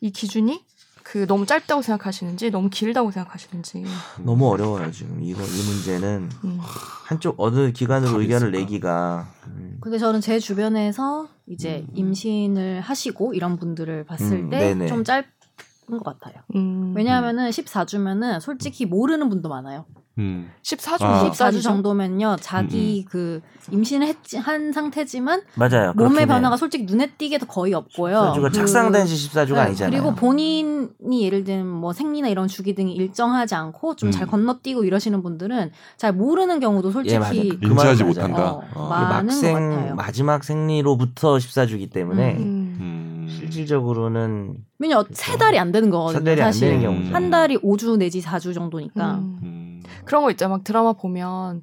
이 기준이 그 너무 짧다고 생각하시는지 너무 길다고 생각하시는지
음.
너무 어려워요 지금 이거 이 문제는
음.
한쪽 어느 기관으로
답이
의견을
있을까?
내기가 음.
근데 저는 제 주변에서 이제
음.
임신을 하시고 이런 분들을 봤을
음,
때
네네.
좀 짧은 것 같아요.
음.
왜냐하면은 14주면은 솔직히 모르는 분도 많아요.
음.
14주
아.
14주 정도면요 자기 그 임신을 했지, 한 상태지만
음, 맞아요.
몸의
그렇긴
변화가
해요.
솔직히 눈에 띄게도 거의 없고요.
14주가
그-
착상된 지 14주가
네,
아니잖아요.
그리고 본인이 예를 들면 뭐 생리나 이런 주기 등이 일정하지 않고 좀 잘
음.
건너뛰고 이러시는 분들은 잘 모르는 경우도 솔직히
그
인지하지
말은
못한다.
맞아요.
어.
마- 많은 것 같아요.
막생 마지막 생리로부터 14주기 때문에
음.
음.
실질적으로는
왜냐 세 달이 안 되는
그렇죠. 세
거거든요
달이 안 되는
사실
경우죠.
한 달이 5주 내지 4주 정도니까
음.
음.
그런 거 있잖아 막 드라마 보면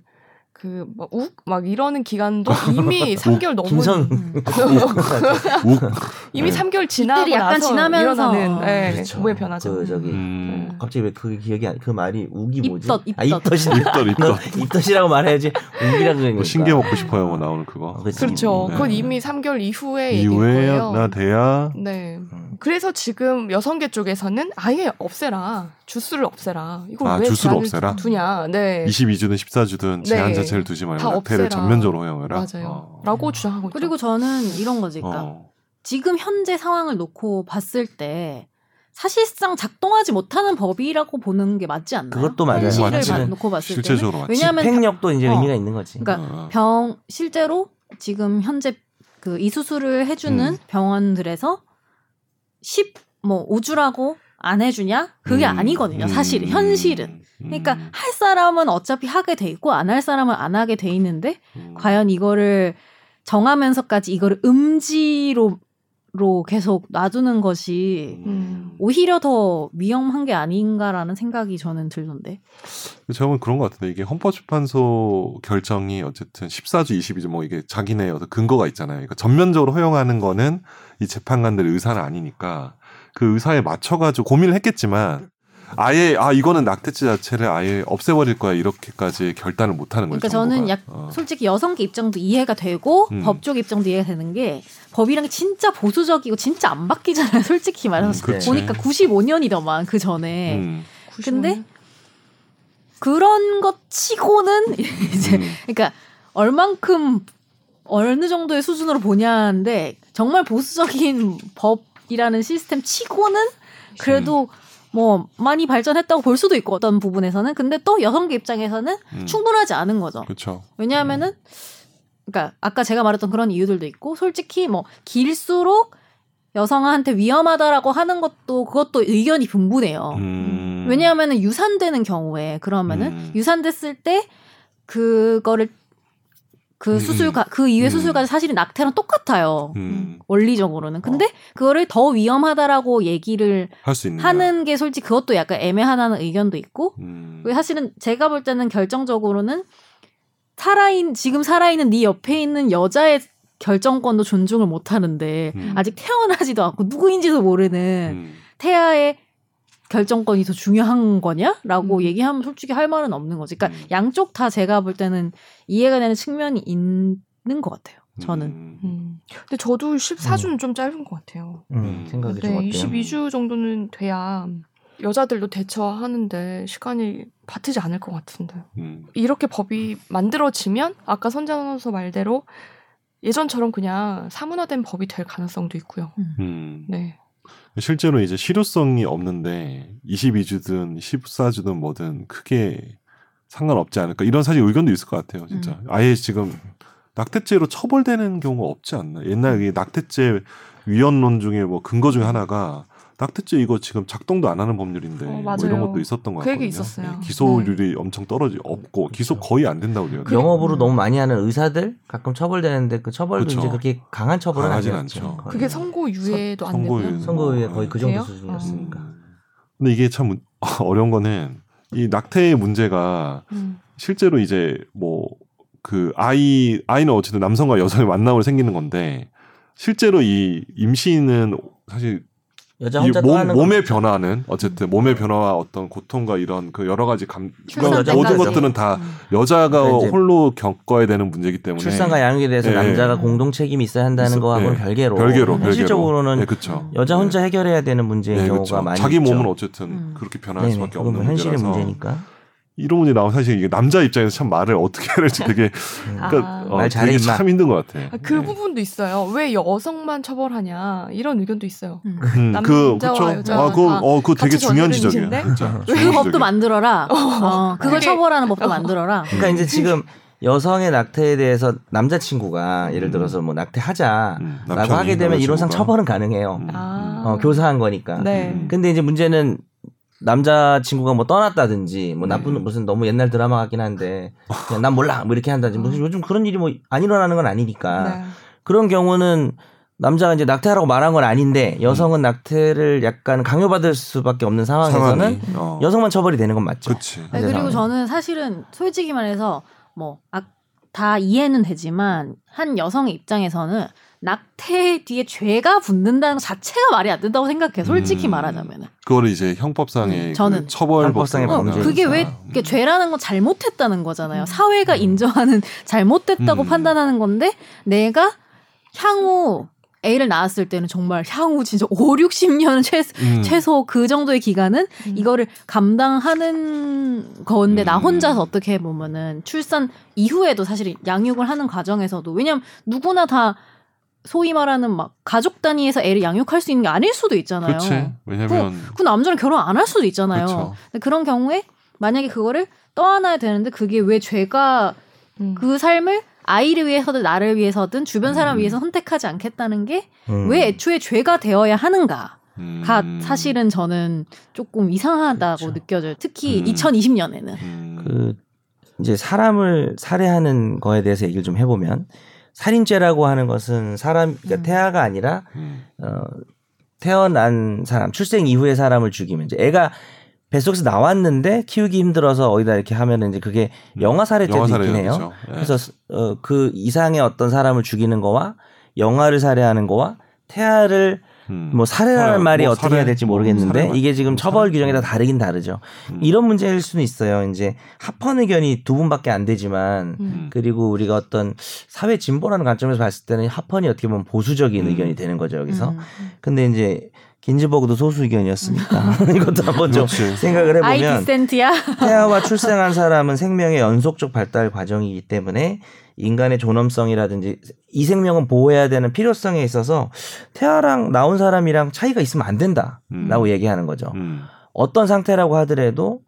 그 막 욱 막 이러는 기간도 이미 3개월 넘은
김선
음.
욱.
이미
네.
삼 3개월 지나고
이때를 약간
나서
지나면서. 음.
일어나는 예,
그렇죠.
몸의 변화죠.
그 저기
음.
갑자기 왜 그 기억이 안, 그 말이 우기 뭐지?
입덧,
아
입덧.
입덧이네.
입덧 입덧.
입덧이라고 말해야지 우기라고 그러니까.
뭐 신게 먹고 싶어요. 뭐 나오는 그거.
어, 그치.
그렇죠.
네.
그건 이미 3개월 이후에 얘기일
이후에
거예요.
나 돼야.
네.
음.
그래서 지금 여성계 쪽에서는 아예 없애라. 주스를 없애라. 이걸
아,
왜
주스를
제한을
없애라?
두냐. 네.
22주든 14주든 제한
네.
자체를 두지 말고
다
낙태를
없애라.
전면적으로 허용해라.
맞아요.
어.
라고 주장하고 있죠.
그리고 저는 이런 거지 그러니까
어.
지금 현재 상황을 놓고 봤을 때 사실상 작동하지 못하는 법이라고 보는 게 맞지 않나요?
그것도 맞아요.
현실을
맞지.
봐- 놓고 봤을 때
실제적으로 맞지.
왜냐하면
집행력도 이제
어.
의미가 있는 거지.
그러니까
어.
병 실제로 지금 현재 그 이 수술을 해주는
음.
병원들에서 10뭐 5주라고 안 해주냐 그게
음.
아니거든요 사실
음.
현실은 그러니까
음.
할 사람은 어차피 하게 돼 있고 안 할 사람은 안 하게 돼 있는데
음.
과연 이거를 정하면서까지 이거를 음지로 로 계속 놔두는 것이
음.
오히려 더 위험한 게 아닌가라는 생각이 저는 들던데
저는 그런 것 같은데 이게 헌법재판소 결정이 어쨌든 14주, 22주 뭐 이게 자기네 어떤 근거가 있잖아요. 그러니까 전면적으로 허용하는 거는 이 재판관들의 의사는 아니니까 그 의사에 맞춰가지고 고민을 했겠지만 아예 아 이거는 낙태죄 자체를 아예 없애버릴 거야 이렇게까지 결단을 못하는 거예요.
그러니까 저는
정부가.
약-
어.
솔직히 여성계 입장도 이해가 되고
음.
법조 입장도 이해가 되는 게 법이랑 진짜 보수적이고 진짜 안 바뀌잖아요 솔직히
음,
말해서
그렇지.
보니까 95년이더만 그 전에
음,
근데 그런 것 치고는 이제
음.
그러니까 얼만큼 어느 정도의 수준으로 보냐인데 정말 보수적인 법이라는 시스템 치고는 그래도
음.
뭐 많이 발전했다고 볼 수도 있고 어떤 부분에서는 근데 또 여성계 입장에서는
음.
충분하지 않은 거죠.
그렇죠.
왜냐하면은 그러니까 아까 제가 말했던 그런 이유들도 있고 솔직히 뭐 길수록 여성한테 위험하다라고 하는 것도 그것도 의견이 분분해요.
음.
어. 왜냐하면 유산되는 경우에 그러면은
음.
유산됐을 때 그거를 그
음.
수술과 그
음.
이후에 수술과 사실은 낙태랑 똑같아요.
음. 어.
원리적으로는. 근데 그거를 더 위험하다라고 얘기를
할수 있는
하는 게 솔직히 그것도 약간 애매하다는 의견도 있고
음.
그리고 사실은 제가 볼 때는 결정적으로는 살아인 지금 살아있는 네 옆에 있는 여자의 결정권도 존중을 못 하는데
음.
아직 태어나지도 않고 누구인지도 모르는
음.
태아의 결정권이 더 중요한 거냐라고
음.
얘기하면 솔직히 할 말은 없는 거지. 그러니까
음.
양쪽 다 제가 볼 때는 이해가 되는 측면이 있는 것 같아요. 저는
음.
음. 근데 저도 14주는 좀 짧은 것 같아요.
음, 생각이
네,
좀 어때요?
22주 정도는 돼야 여자들도 대처하는데 시간이 바트지 않을 것 같은데.
음.
이렇게 법이 만들어지면 아까 선장선수 말대로 예전처럼 그냥 사문화된 법이 될 가능성도 있고요.
음.
네.
실제로 이제 실효성이 없는데 22주든 14주든 뭐든 크게 상관없지 않을까 이런 사실 의견도 있을 것 같아요 진짜
음.
아예 지금 낙태죄로 처벌되는 경우가 없지 않나 옛날 이 낙태죄 위헌론 중에 뭐 근거 중에 하나가 낙태죄 이거 지금 작동도 안 하는 법률인데
어,
뭐
맞아요.
이런 것도 있었던
그
것 같거든요
얘기 있었어요. 네.
예, 기소율이 엄청 떨어지 없고 기소
그렇죠.
거의 안 된다고 그래요
그러니까.
영업으로
음.
너무 많이 하는 의사들 가끔 처벌되는데 그 처벌도
그쵸.
이제 그렇게 강한 처벌은
강하진
아니었죠.
않죠.
그게 선고 유예도 안
선고
되고요.
유예.
음. 선거에 거의 그
그래요?
정도 수준이었으니까.
음. 근데 이게 참 문- 어려운 거는 이 낙태의 문제가
음.
실제로 이제 뭐 그 아이 아이는 어쨌든 남성과 여성의 만남으로 생기는 건데 실제로 이 임신은 사실
여자
이
혼자 또
몸,
하는 음.
몸의 변화는 어쨌든 몸의 변화와 어떤 고통과 이런 그 여러 가지 감
출산
그런 모든
때까지.
것들은 다
음.
여자가
그러니까 이제
홀로 겪어야 되는 문제이기 때문에
출산과 양육에 대해서
예,
남자가
예.
공동 책임이 있어야 한다는
있어-
거하고는
예.
별개로,
별개로 별개로
현실적으로는
네, 그쵸.
여자 혼자 해결해야 되는 문제인
네,
경우가
그쵸.
많이
자기
있죠.
몸은 어쨌든
음.
그렇게 변할
네네,
수밖에
그건 뭐
없는
현실의
문제라서
문제니까
이런 문제 나오면 사실 이게 남자 입장에서 참 말을 어떻게 해야 될지 되게 그러니까
아.
어,
음.
네.
말 잘해,
되게
임마.
참 힘든 것 같아.
아, 그 부분도 있어요. 왜 여성만 처벌하냐 이런 의견도 있어요.
음,
남자와
그
여자와
그쵸? 아, 그거
다
어, 그거 되게
같이
중요한
전유를
지적이에요.
미신데?
진짜.
그
중요한
법도
지적이에요.
만들어라. 어, 그걸
그게-
처벌하는 법도 만들어라.
그러니까 이제 지금 여성의 낙태에 대해서 남자친구가 예를 들어서 뭐 낙태하자라고
음, 남편이
하게 되면
남자친구가.
이론상 처벌은 가능해요.
음.
아.
어, 교사한 거니까.
네.
음.
근데 이제 문제는 남자친구가 뭐 떠났다든지 뭐 나쁜
네.
무슨 너무 옛날 드라마 같긴 한데 그냥 난 몰라 뭐 이렇게 한다든지 무슨 요즘 그런 일이 뭐 안 일어나는 건 아니니까
네.
그런 경우는 남자가 이제 낙태하라고 말한 건 아닌데 여성은 낙태를 약간 강요받을 수밖에 없는 상황에서는
상황이, 어.
여성만 처벌이 되는 건 맞죠.
그치.
네,
현재 상황은.
그리고 저는 사실은 솔직히 말해서 뭐 다 이해는 되지만 한 여성의 입장에서는 낙태 뒤에 죄가 붙는다는 것 자체가 말이 안 된다고 생각해. 솔직히
음.
말하자면은
그거를 이제 형법상의
음, 저는.
그 처벌
네. 형법상의
법상으로
범죄니까.
그게 왜
나가니까.
이게 죄라는 건 잘못했다는 거잖아요.
음.
사회가 인정하는 잘못됐다고
음.
판단하는 건데 내가 향후 애를 낳았을 때는 정말 향후 진짜 5, 60년은 최소
음.
최소 그 정도의 기간은
음.
이거를 감당하는 건데 나
음.
혼자서 어떻게 보면은 출산 이후에도 사실 양육을 하는 과정에서도 왜냐면 누구나 다 소위 말하는 막 가족 단위에서 애를 양육할 수 있는 게 아닐 수도 있잖아요.
그치. 왜냐면
그 남자는 결혼 안 할 수도 있잖아요.
그쵸.
근데 그런 경우에 만약에 그거를 떠안아야 되는데 그게 왜 죄가
음.
그 삶을 아이를 위해서든 나를 위해서든 주변 사람
음.
위해서 선택하지 않겠다는 게 왜
음.
애초에 죄가 되어야 하는가?
음.
가 사실은 저는 조금 이상하다고
그렇죠.
느껴져요. 특히
음.
2020년에는.
음.
그 이제 사람을 살해하는 거에 대해서 얘기를 좀 해보면 살인죄라고 하는 것은 사람 그러니까
음.
태아가 아니라
음.
어, 태어난 사람 출생 이후의 사람을 죽이면 이제 애가 뱃속에서 나왔는데 키우기 힘들어서 어디다 이렇게 하면은 이제 그게 영화 살해죄도
영화
있긴 해요.
사례죠. 예.
그래서 어, 그 이상의 어떤 사람을 죽이는 거와 영아를 살해하는 거와 태아를
음.
뭐 살해라는
살해,
말이
뭐
어떻게
살해,
해야 될지
뭐
모르겠는데
살해
이게 지금
뭐
처벌
살해.
규정이 다 다르긴 다르죠.
음.
이런 문제일 수는 있어요. 이제 합헌 의견이 두 분밖에 안 되지만
음.
그리고 우리가 어떤 사회 진보라는 관점에서 봤을 때는 합헌이 어떻게 보면 보수적인
음.
의견이 되는 거죠 여기서.
음.
근데 이제 긴즈버그도 소수 의견이었으니까 이것도 한번 좀
그렇지.
생각을
아이
해보면
디센트야.
태아와 출생한 사람은 생명의 연속적 발달 과정이기 때문에 인간의 존엄성이라든지 이 생명은 보호해야 되는 필요성에 있어서 태아랑 나온 사람이랑 차이가 있으면 안 된다라고
음.
얘기하는 거죠.
음.
어떤 상태라고 하더라도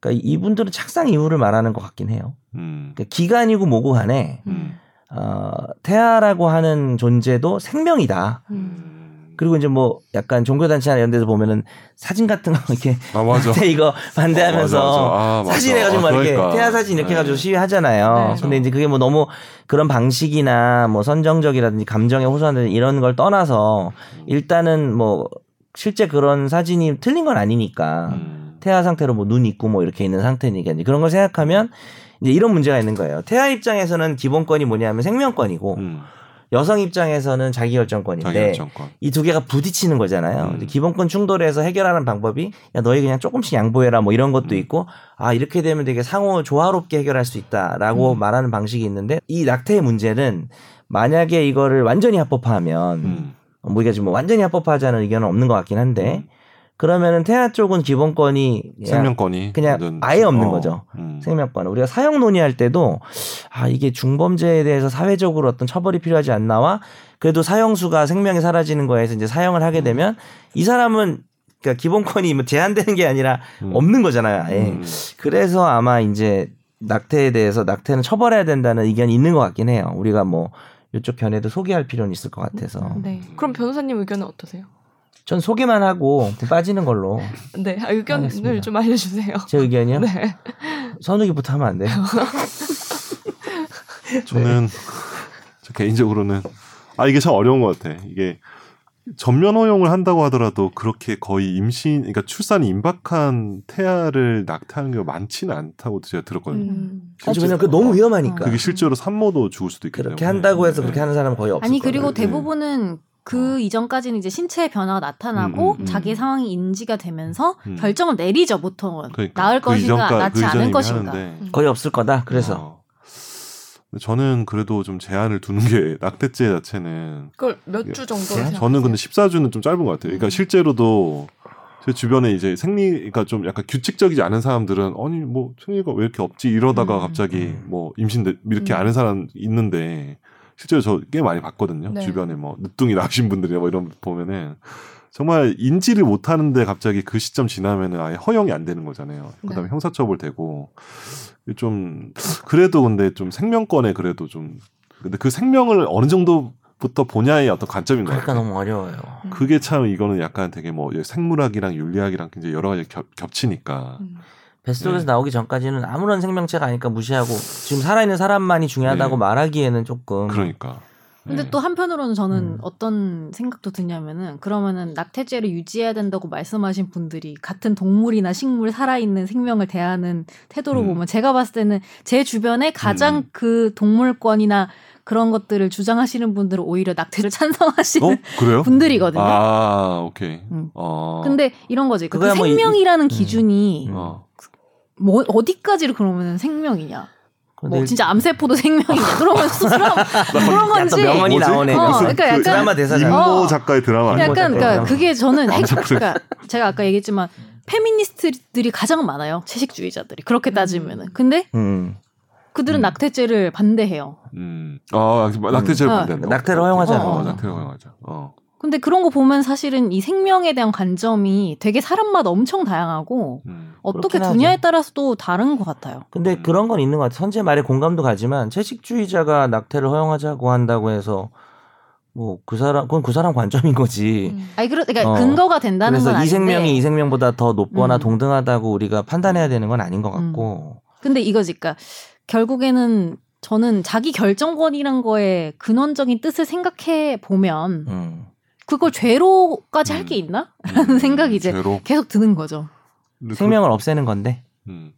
그러니까 이분들은 착상 이후를 말하는 것 같긴 해요.
음.
그러니까 기간이고 뭐고 간에
음.
어, 태아라고 하는 존재도 생명이다.
음.
그리고 이제 뭐 약간 종교단체나 이런 데서 보면은 사진 같은 거 이렇게
아 맞아.
한테 이거 반대하면서
아, 맞아, 맞아. 아,
사진
맞아.
해가지고
아,
막 이렇게
그러니까.
태아 사진 이렇게
네.
해가지고 시위하잖아요.
네.
근데 이제 그게 뭐 너무 그런 방식이나 뭐 선정적이라든지 감정에 호소한다든지 이런 걸 떠나서 일단은 뭐 실제 그런 사진이 틀린 건 아니니까
음.
태아 상태로 뭐 눈 있고 뭐 이렇게 있는 상태니까 이제 그런 걸 생각하면 이제 이런 문제가 있는 거예요. 태아 입장에서는 기본권이 뭐냐면 생명권이고
음.
여성 입장에서는 자기결정권인데
자기 결정권.
이 두 개가 부딪히는 거잖아요.
음.
이제 기본권 충돌에서 해결하는 방법이 야 너희 그냥 조금씩 양보해라 뭐 이런 것도
음.
있고 아 이렇게 되면 되게 상호 조화롭게 해결할 수 있다라고
음.
말하는 방식이 있는데 이 낙태의 문제는 만약에 이거를 완전히 합법화하면
음.
뭐 이게 지금 뭐 완전히 합법화하자는 의견은 없는 것 같긴 한데 그러면은 태아 쪽은 기본권이 네. 그냥
생명권이
그냥
완전-
아예
어.
없는 거죠.
음.
생명권 우리가 사형 논의할 때도 아 이게 중범죄에 대해서 사회적으로 어떤 처벌이 필요하지 않나와 그래도 사형수가 생명이 사라지는 거에서 이제 사형을 하게 되면 이 사람은 그러니까 기본권이 뭐 제한되는 게 아니라
음.
없는 네. 거잖아요. 아예.
음.
그래서 아마 이제 낙태에 대해서 낙태는 처벌해야 된다는 의견이 있는 것 같긴 해요. 우리가 뭐 이쪽 견해도 소개할 필요는 있을 것 같아서
네. 그럼 변호사님 의견은 어떠세요?
전 소개만 하고 빠지는 걸로
네. 아, 의견을
알겠습니다.
좀 알려주세요.
제 의견이요.
네.
선우기부터 하면 안 돼요. 네.
저는 저 개인적으로는
아 이게 참 어려운 것 같아. 이게 전면 허용을 한다고 하더라도 그렇게 거의 임신, 그러니까 출산이 임박한 태아를 낙태하는 경우가 많지는 않다고 제가 들었거든요.
음.
그렇죠. 왜냐면 그 너무 위험하니까.
그게 실제로 산모도 죽을 수도 있기 때문에.
그렇게 한다고 해서 그렇게 하는 사람은 거의 없을
아니
거예요.
그리고
네.
대부분은 그 이전까지는 이제 신체의 변화가 나타나고
어. 음, 음, 음.
자기 상황이 인지가 되면서
음.
결정을 내리죠 보통은
그러니까
나을
그
것인가
이전까-
낫지
그 이전
않을
이미
것인가 음.
하는데
거의 없을 거다. 그래서
어. 근데 저는 그래도 좀 제한을 두는 게 낙태죄 자체는
그걸 몇 주 정도 생각하세요? 네. 음.
저는 근데 14주는 좀 짧은 것 같아요. 그러니까 실제로도 제 주변에 이제 생리, 그러니까 좀 약간 규칙적이지 않은 사람들은 아니 뭐 생리가 왜 이렇게 없지 이러다가
음.
갑자기
음.
뭐 임신돼 이렇게
음.
아는 사람 있는데 실제로 저 꽤 많이 봤거든요.
네.
주변에 뭐 늦둥이 나신 분들이 뭐 이런 분 보면은 정말 인지를 못 하는데 갑자기 그 시점 지나면은 아예 허용이 안 되는 거잖아요. 그다음에
네.
형사처벌 되고 좀 그래도 근데 좀 생명권에 그래도 좀 근데 그 생명을 어느 정도부터 보냐의 어떤 관점인 것
그러니까
같아요. 네.
너무 어려워요.
음.
그게 참 이거는 약간 되게 뭐 생물학이랑 윤리학이랑 굉장히 여러 가지 겹, 겹치니까
음.
뱃속에서
네.
나오기 전까지는 아무런 생명체가 아니까 무시하고 지금 살아있는 사람만이 중요하다고
네.
말하기에는 조금
그러니까
근데
네.
또 한편으로는 저는
음.
어떤 생각도 드냐면은 그러면은 낙태죄를 유지해야 된다고 말씀하신 분들이 같은 동물이나 식물 살아있는 생명을 대하는 태도로
음.
보면 제가 봤을 때는 제 주변에 가장
음.
그 동물권이나 그런 것들을 주장하시는 분들은 오히려 낙태를 찬성하시는
어 그래요?
분들이거든요.
아 오케이.
음.
어.
근데 이런 거지. 그
그거야 뭐 이-
생명이라는
음.
기준이
음.
어.
뭐 어디까지를 그러면은 생명이냐?
근데
뭐 진짜 암세포도 생명이냐? 그러면 수술하면 그런
약간
건지.
명언이
뭐지?
나오네.
어,
무슨
그러니까 약간
드라마 대사잖아.
어.
임모 작가의 드라마 아니에요?
약간
거잖아요.
그러니까 그게 저는 핵,
암세포를-
그러니까 제가 아까 얘기했지만 페미니스트들이 가장 많아요 채식주의자들이 그렇게 따지면은 근데
음.
그들은
음.
낙태죄를 반대해요
음. 아 낙태죄를
음.
반대한다.
어, 낙태를 허용하잖아요.
어, 낙태를 허용하죠. 어.
근데 그런 거 보면 사실은 이 생명에 대한 관점이 되게 사람마다 엄청 다양하고
음.
어떻게
그렇긴 하죠.
두냐에 따라서도 다른 것 같아요
근데
음.
그런 건 있는 것 같아. 선제 말에 공감도 가지만 채식주의자가 낙태를 허용하자고 한다고 해서 뭐 그 사람 그건 그 사람 관점인 거지.
음.
아니 그러, 그러니까
어.
근거가 된다는 건
그래서 이
아닌데
생명이 이 생명보다 더 높거나
음.
동등하다고 우리가 판단해야 되는 건 아닌 것
음.
같고.
근데 이거지 그러니까 결국에는 저는 자기 결정권이란 거에 근원적인 뜻을 생각해 보면
음.
그걸 죄로까지 할 게
음.
있나
음.
생각이 이제
죄로?
계속 드는 거죠
근데
생명을 없애는 건데
그- 음.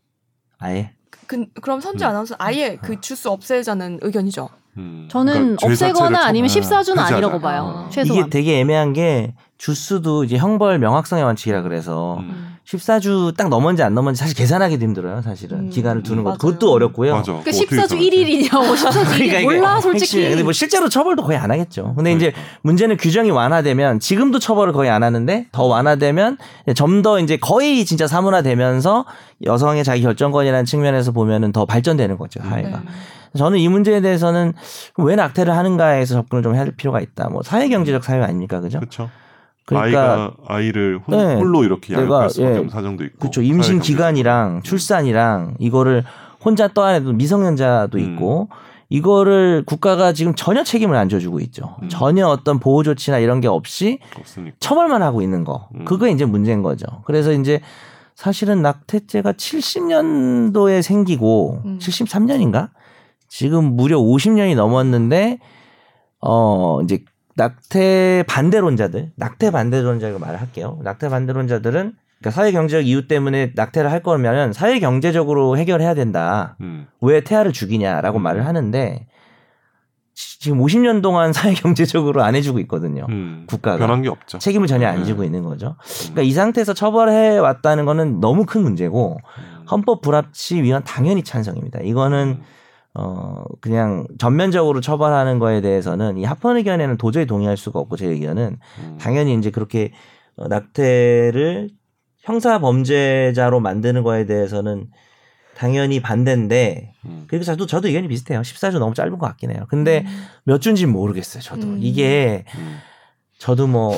아예.
그, 그럼 선지
음.
아나운서 아예 그 주스 없애자는 의견이죠.
음.
저는
그러니까 죄 자체를
없애거나 아니면
처벌-
14주는
폐지하자.
아니라고 봐요.
어.
최소한. 그러니까
이게 되게 애매한 게 주스도 이제 형벌 명확성의 원칙이라 그래서
음.
14주 딱 넘었는지 안 넘었는지 사실 계산하기도 힘들어요. 사실은
음,
기간을 두는
맞아요.
것 그것도 어렵고요.
맞아.
그러니까
그거 어떻게
14주
생각해?
1일이냐고 14주 1일 몰라
그러니까 이게
솔직히.
핵심이에요. 근데 뭐 실제로 처벌도 거의 안 하겠죠. 근데 이제
그러니까.
문제는 규정이 완화되면 지금도 처벌을 거의 안 하는데 더 완화되면 점 더 이제 거의 진짜 사문화되면서 여성의 자기 결정권이라는 측면에서 보면은 더 발전되는 거죠.
음.
네.
사회가. 저는 이 문제에 대해서는 왜 낙태를 하는가에서 접근을 좀 해야 할 필요가 있다. 뭐 사회 경제적 사회 아닙니까, 그죠?
그렇죠.
그러니까
아이가 아이를 혼,
네.
홀로 이렇게
내가,
양육할 수밖에
예.
없는 사정도 있고. 음.
그렇죠. 임신
사회경제적.
기간이랑 출산이랑 이거를 혼자 떠안해도 미성년자도
음.
있고 이거를 국가가 지금 전혀 책임을 안 져주고 있죠.
음.
전혀 어떤 보호 조치나 이런 게 없이
없으니까.
처벌만 하고 있는 거.
음.
그게 이제 문제인 거죠. 그래서 이제 사실은 낙태죄가 70년도에 생기고
음.
73년인가? 지금 무려 50년이 넘었는데 어 이제 낙태 반대론자들, 낙태 반대론자라고 말을 할게요. 낙태 반대론자들은 그러니까 사회 경제적 이유 때문에 낙태를 할 거면은 사회 경제적으로 해결해야 된다.
음.
왜 태아를 죽이냐라고 말을 하는데 지- 지금 50년 동안 사회 경제적으로 안 해주고 있거든요.
음.
국가가
변한 게 없죠.
책임을 전혀 안
네.
지고 있는 거죠. 그러니까 이 상태에서 처벌해 왔다는 거는 너무 큰 문제고
음.
헌법 불합치 위헌 당연히 찬성입니다. 이거는 어 그냥 전면적으로 처벌하는 거에 대해서는 이 합헌 의견에는 도저히 동의할 수가 없고 제 의견은
음.
당연히 이제 그렇게 어, 낙태를 형사 범죄자로 만드는 거에 대해서는 당연히 반대인데
음.
그리고 저도 저도 의견이 비슷해요. 14주 너무 짧은 것 같긴 해요. 근데 몇 주인지는 모르겠어요. 저도
음.
이게
음.
저도 뭐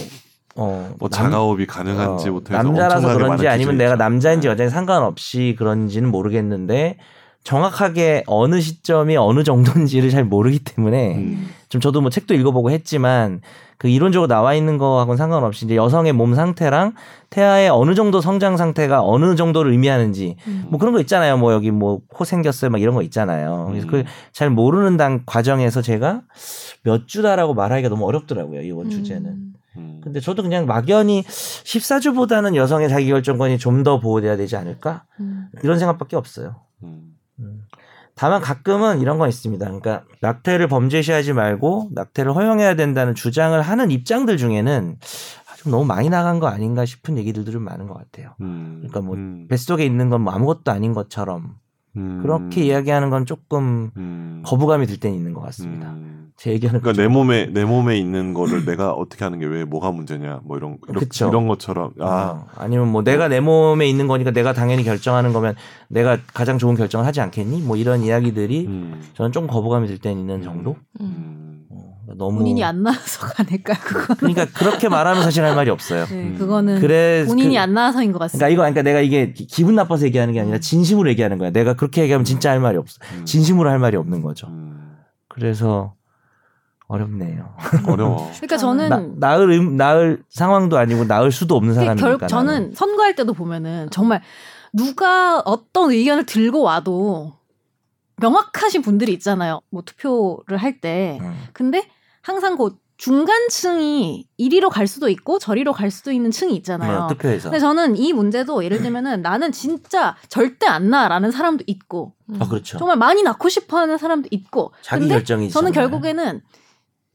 어,
뭐
남-
자가업이 가능한지
어,
못해서
남자라서
엄청나게
그런지
많은
아니면
기준이
내가
있죠. 네.
남자인지 여자인지 상관없이 그런지는 모르겠는데 정확하게 어느 시점이 어느 정도인지를 잘 모르기 때문에
음.
좀 저도 뭐 책도 읽어보고 했지만 그 이론적으로 나와 있는 거하고는 상관없이 이제 여성의 몸 상태랑 태아의 어느 정도 성장 상태가 어느 정도를 의미하는지
음.
뭐 그런 거 있잖아요. 뭐 여기 뭐 코 생겼어요. 막 이런 거 있잖아요. 그래서
음.
그잘 모르는 당 과정에서 제가 몇 주다라고 말하기가 너무 어렵더라고요. 이번
음.
주제는.
음.
근데 저도 그냥 막연히 14주보다는 여성의 자기결정권이 좀 더 보호돼야 되지 않을까
음.
이런 생각밖에 없어요.
음.
음. 다만 가끔은 이런 건 있습니다. 그러니까 낙태를 범죄시하지 말고 낙태를 허용해야 된다는 주장을 하는 입장들 중에는 아, 좀 너무 많이 나간 거 아닌가 싶은 얘기들도 좀 많은 것 같아요.
음.
그러니까 뭐
음.
뱃속에 있는 건 뭐 아무것도 아닌 것처럼
음.
그렇게 이야기하는 건 조금
음.
거부감이 들 때는 있는 것 같습니다. 그렇죠.
음.
제 의견은
그러니까 내 몸에 내 몸에 있는 거를 내가 어떻게 하는 게 왜 뭐가 문제냐 뭐 이런 이렇-
그쵸.
이런 것처럼 아
아, 아니면 뭐 내가 내 몸에 있는 거니까 내가 당연히 결정하는 거면 내가 가장 좋은 결정을 하지 않겠니? 뭐 이런 이야기들이
음.
저는 좀 거부감이 들 때는 있는 정도.
음.
어, 너무
본인이 안 나와서 가낼까요? 그거.
그러니까 그렇게 말하면 사실 할 말이 없어요.
네,
음.
그거는
그래서
본인이
그-
안 음. 나와서인 것 같습니다.
그러니까 이거 그러니까 내가 이게 기- 기분 나빠서 얘기하는 게 아니라 진심으로 얘기하는 거야. 내가 그렇게 얘기하면 진짜 할 말이 없어.
음.
진심으로 할 말이 없는 거죠.
음.
그래서 어렵네요.
어려워.
그러니까 저는
나, 나을 음, 나을 상황도 아니고 나을 수도 없는
그게
사람이니까. 그러니까
결국
나는.
저는 선거할 때도 보면은 정말 누가 어떤 의견을 들고 와도 명확하신 분들이 있잖아요. 뭐 투표를 할 때.
음.
근데 항상 그 중간층이 이리로 갈 수도 있고 저리로 갈 수도 있는 층이 있잖아요.
뭐, 투표해서.
근데 저는 이 문제도 예를 들면은 나는 진짜 절대 안 나라는 사람도 있고
음.
아 그렇죠.
정말 많이 낳고 싶어하는 사람도 있고
자기 결정이지.
저는
정말.
결국에는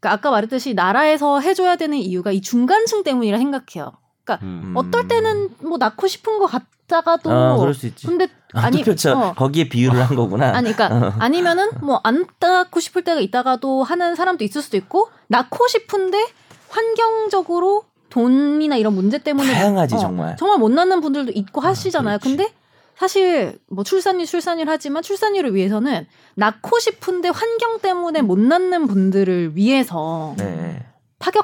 그러니까 아까 말했듯이 나라에서 해줘야 되는 이유가 이 중간층 때문이라 생각해요.
음.
음.
어떨 때는 뭐 낳고 싶은 것 같다가도
아, 그럴 수 있지.
근데
아,
음, 아니,
투표처
어.
거기에 비유를 한 거구나.
아니 그러니까 아니면은 뭐 안 낳고 싶을 때가 있다가도 하는 사람도 있을 수도 있고 낳고 싶은데 환경적으로 돈이나 이런 문제 때문에
다양하지
어,
정말.
정말 못 낳는 분들도 있고 하시잖아요.
네. 그렇지.
근데 사실 뭐 출산율 출산율 하지만 출산율을 위해서는 낳고 싶은데 환경 때문에 못 낳는 분들을 위해서
네.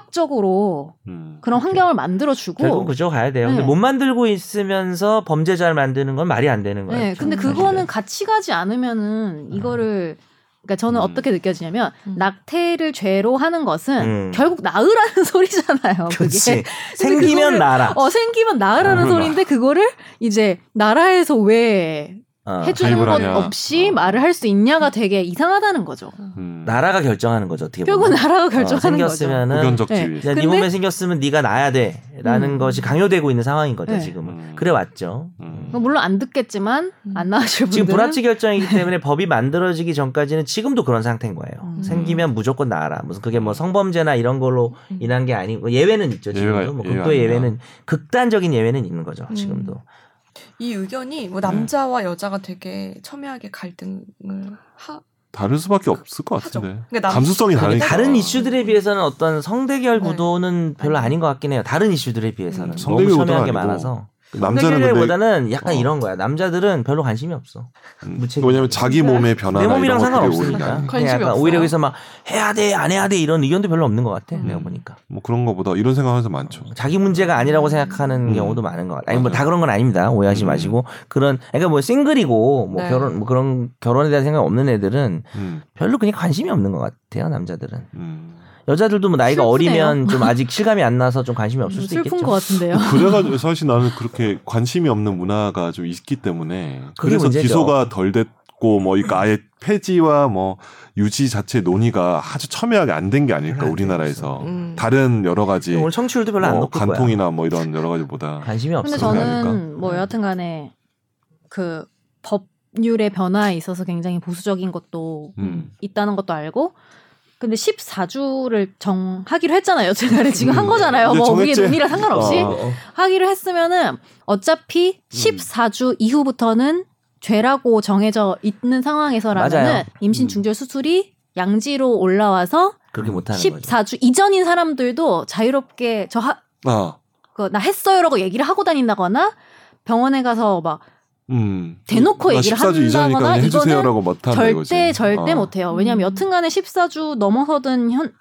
파격적으로
음.
그런 환경을 만들어
결국
주고
그쪽 가야 돼요. 근데
네.
못 만들고 있으면서 범죄자를 만드는 건 말이 안 되는 거예요. 음.
네, 근데
사실은.
그거는 같이 가지 않으면은 이거를 그러니까 저는
음.
어떻게 느껴지냐면
음.
낙태를 죄로 하는 것은
음.
결국 낳으라는 소리잖아요. 그게.
그렇지. 생기면
그거를-
나라.
어 생기면 낳으라는
어,
소리인데 그거를 이제 나라에서 왜
어.
해주는
가입을
건
하냐.
없이
어.
말을 할 수 있냐가 되게 이상하다는 거죠.
음.
나라가 결정하는 거죠. 어떻게
결국
보면.
나라가
어,
결정하는 거죠.
생겼으면은
후견적
네.
지위.
야, 네
근데-
몸에 생겼으면 네가 나야 돼라는
음.
것이 강요되고 있는 상황인 거죠
네.
지금은.
음.
그래 왔죠.
음.
어, 물론 안 듣겠지만
음.
안 나으실 분들은
지금 불합치 결정이기 때문에 법이 만들어지기 전까지는 지금도 그런 상태인 거예요.
음.
생기면 무조건 나와라. 무슨 그게 뭐 성범죄나 이런 걸로
음.
인한 게 아니고 예외는 있죠. 지금도
예외가-
뭐
예외
극도의
아니냐.
예외는 극단적인 예외는 있는 거죠.
음.
지금도.
이 의견이 뭐
네.
남자와 여자가 되게 첨예하게 갈등을 하.
다를 수밖에
그
없을 것
하죠.
같은데.
그러니까 남-
감수성이
그게
다르니까.
다른 이슈들에 비해서는 어떤 성대결
네.
구도는 별로 아닌 것 같긴 해요. 다른 이슈들에 비해서는
음.
너무
성대결
첨예한 게
구도는 아니고.
많아서.
남자는 근데
보다는 약간
어.
이런 거야. 남자들은 별로 관심이 없어.
음,
무책임.
왜냐면 자기 그러니까 몸의 변화나
내
이런
몸이랑
것들이
상관없으니까.
오니까 음.
관심이
약간
없어요.
오히려 여기서 막 해야 돼, 안 해야 돼 이런 의견도 별로 없는 것 같아.
음.
내가 보니까.
뭐 그런 거보다 이런 생각하면서 많죠.
음.
어, 자기 문제가 아니라고 생각하는
음.
경우도 많은 것 같아요. 아니 뭐
맞아요.
다 그런 건 아닙니다. 오해하지
음.
마시고 그런 그러니까 뭐 싱글이고 뭐
네.
결혼 뭐 그런 결혼에 대한 생각 없는 애들은
음,
별로 그냥 관심이 없는 것 같아요. 남자들은
음.
여자들도 뭐 나이가
슬프네요.
어리면 좀 아직 실감이 안 나서 좀 관심이 없을 수도
음, 슬픈
있겠죠.
것 같은데요.
어, 그래가지고 사실 나는 그렇게 관심이 없는 문화가 좀 있기 때문에
그게
그래서
문제죠.
기소가 덜 됐고 뭐 이거 아예 폐지와 뭐 유지 자체 논의가 아주 첨예하게 안 된 게 아닐까
별로 안
우리나라에서
음.
다른 여러 가지
오늘 청취율도
어,
별로 안
뭐
높을 거야.
간통이나 뭐 이런 여러 가지보다
관심이 없어.
근데
그러니까.
저는
음.
뭐 여하튼간에 그 법률의 변화에 있어서 굉장히 보수적인 것도
음.
있다는 것도 알고 근데 14주를 정하기로 했잖아요. 제가 지금 한
음.
거잖아요.
이제
뭐 우리의
정했지.
논의랑
그러니까.
상관없이
어.
하기로 했으면은 어차피 14주 이후부터는 죄라고 정해져 있는 상황에서라면은
맞아요.
임신
음.
중절 수술이 양지로 올라와서
그렇게 못하는 거죠.
14주 이전인 사람들도 자유롭게 저 하,
아,
그, 나 했어요라고 얘기를 하고 다닌다거나 병원에 가서 막
음.
대놓고
나
얘기를
14주 이전이니까
한다거나
그냥
이거는
해주세요라고 못하는
절대
거지.
절대
아.
어.
못해요. 왜냐하면
음.
여튼간에 14주 넘어서든 현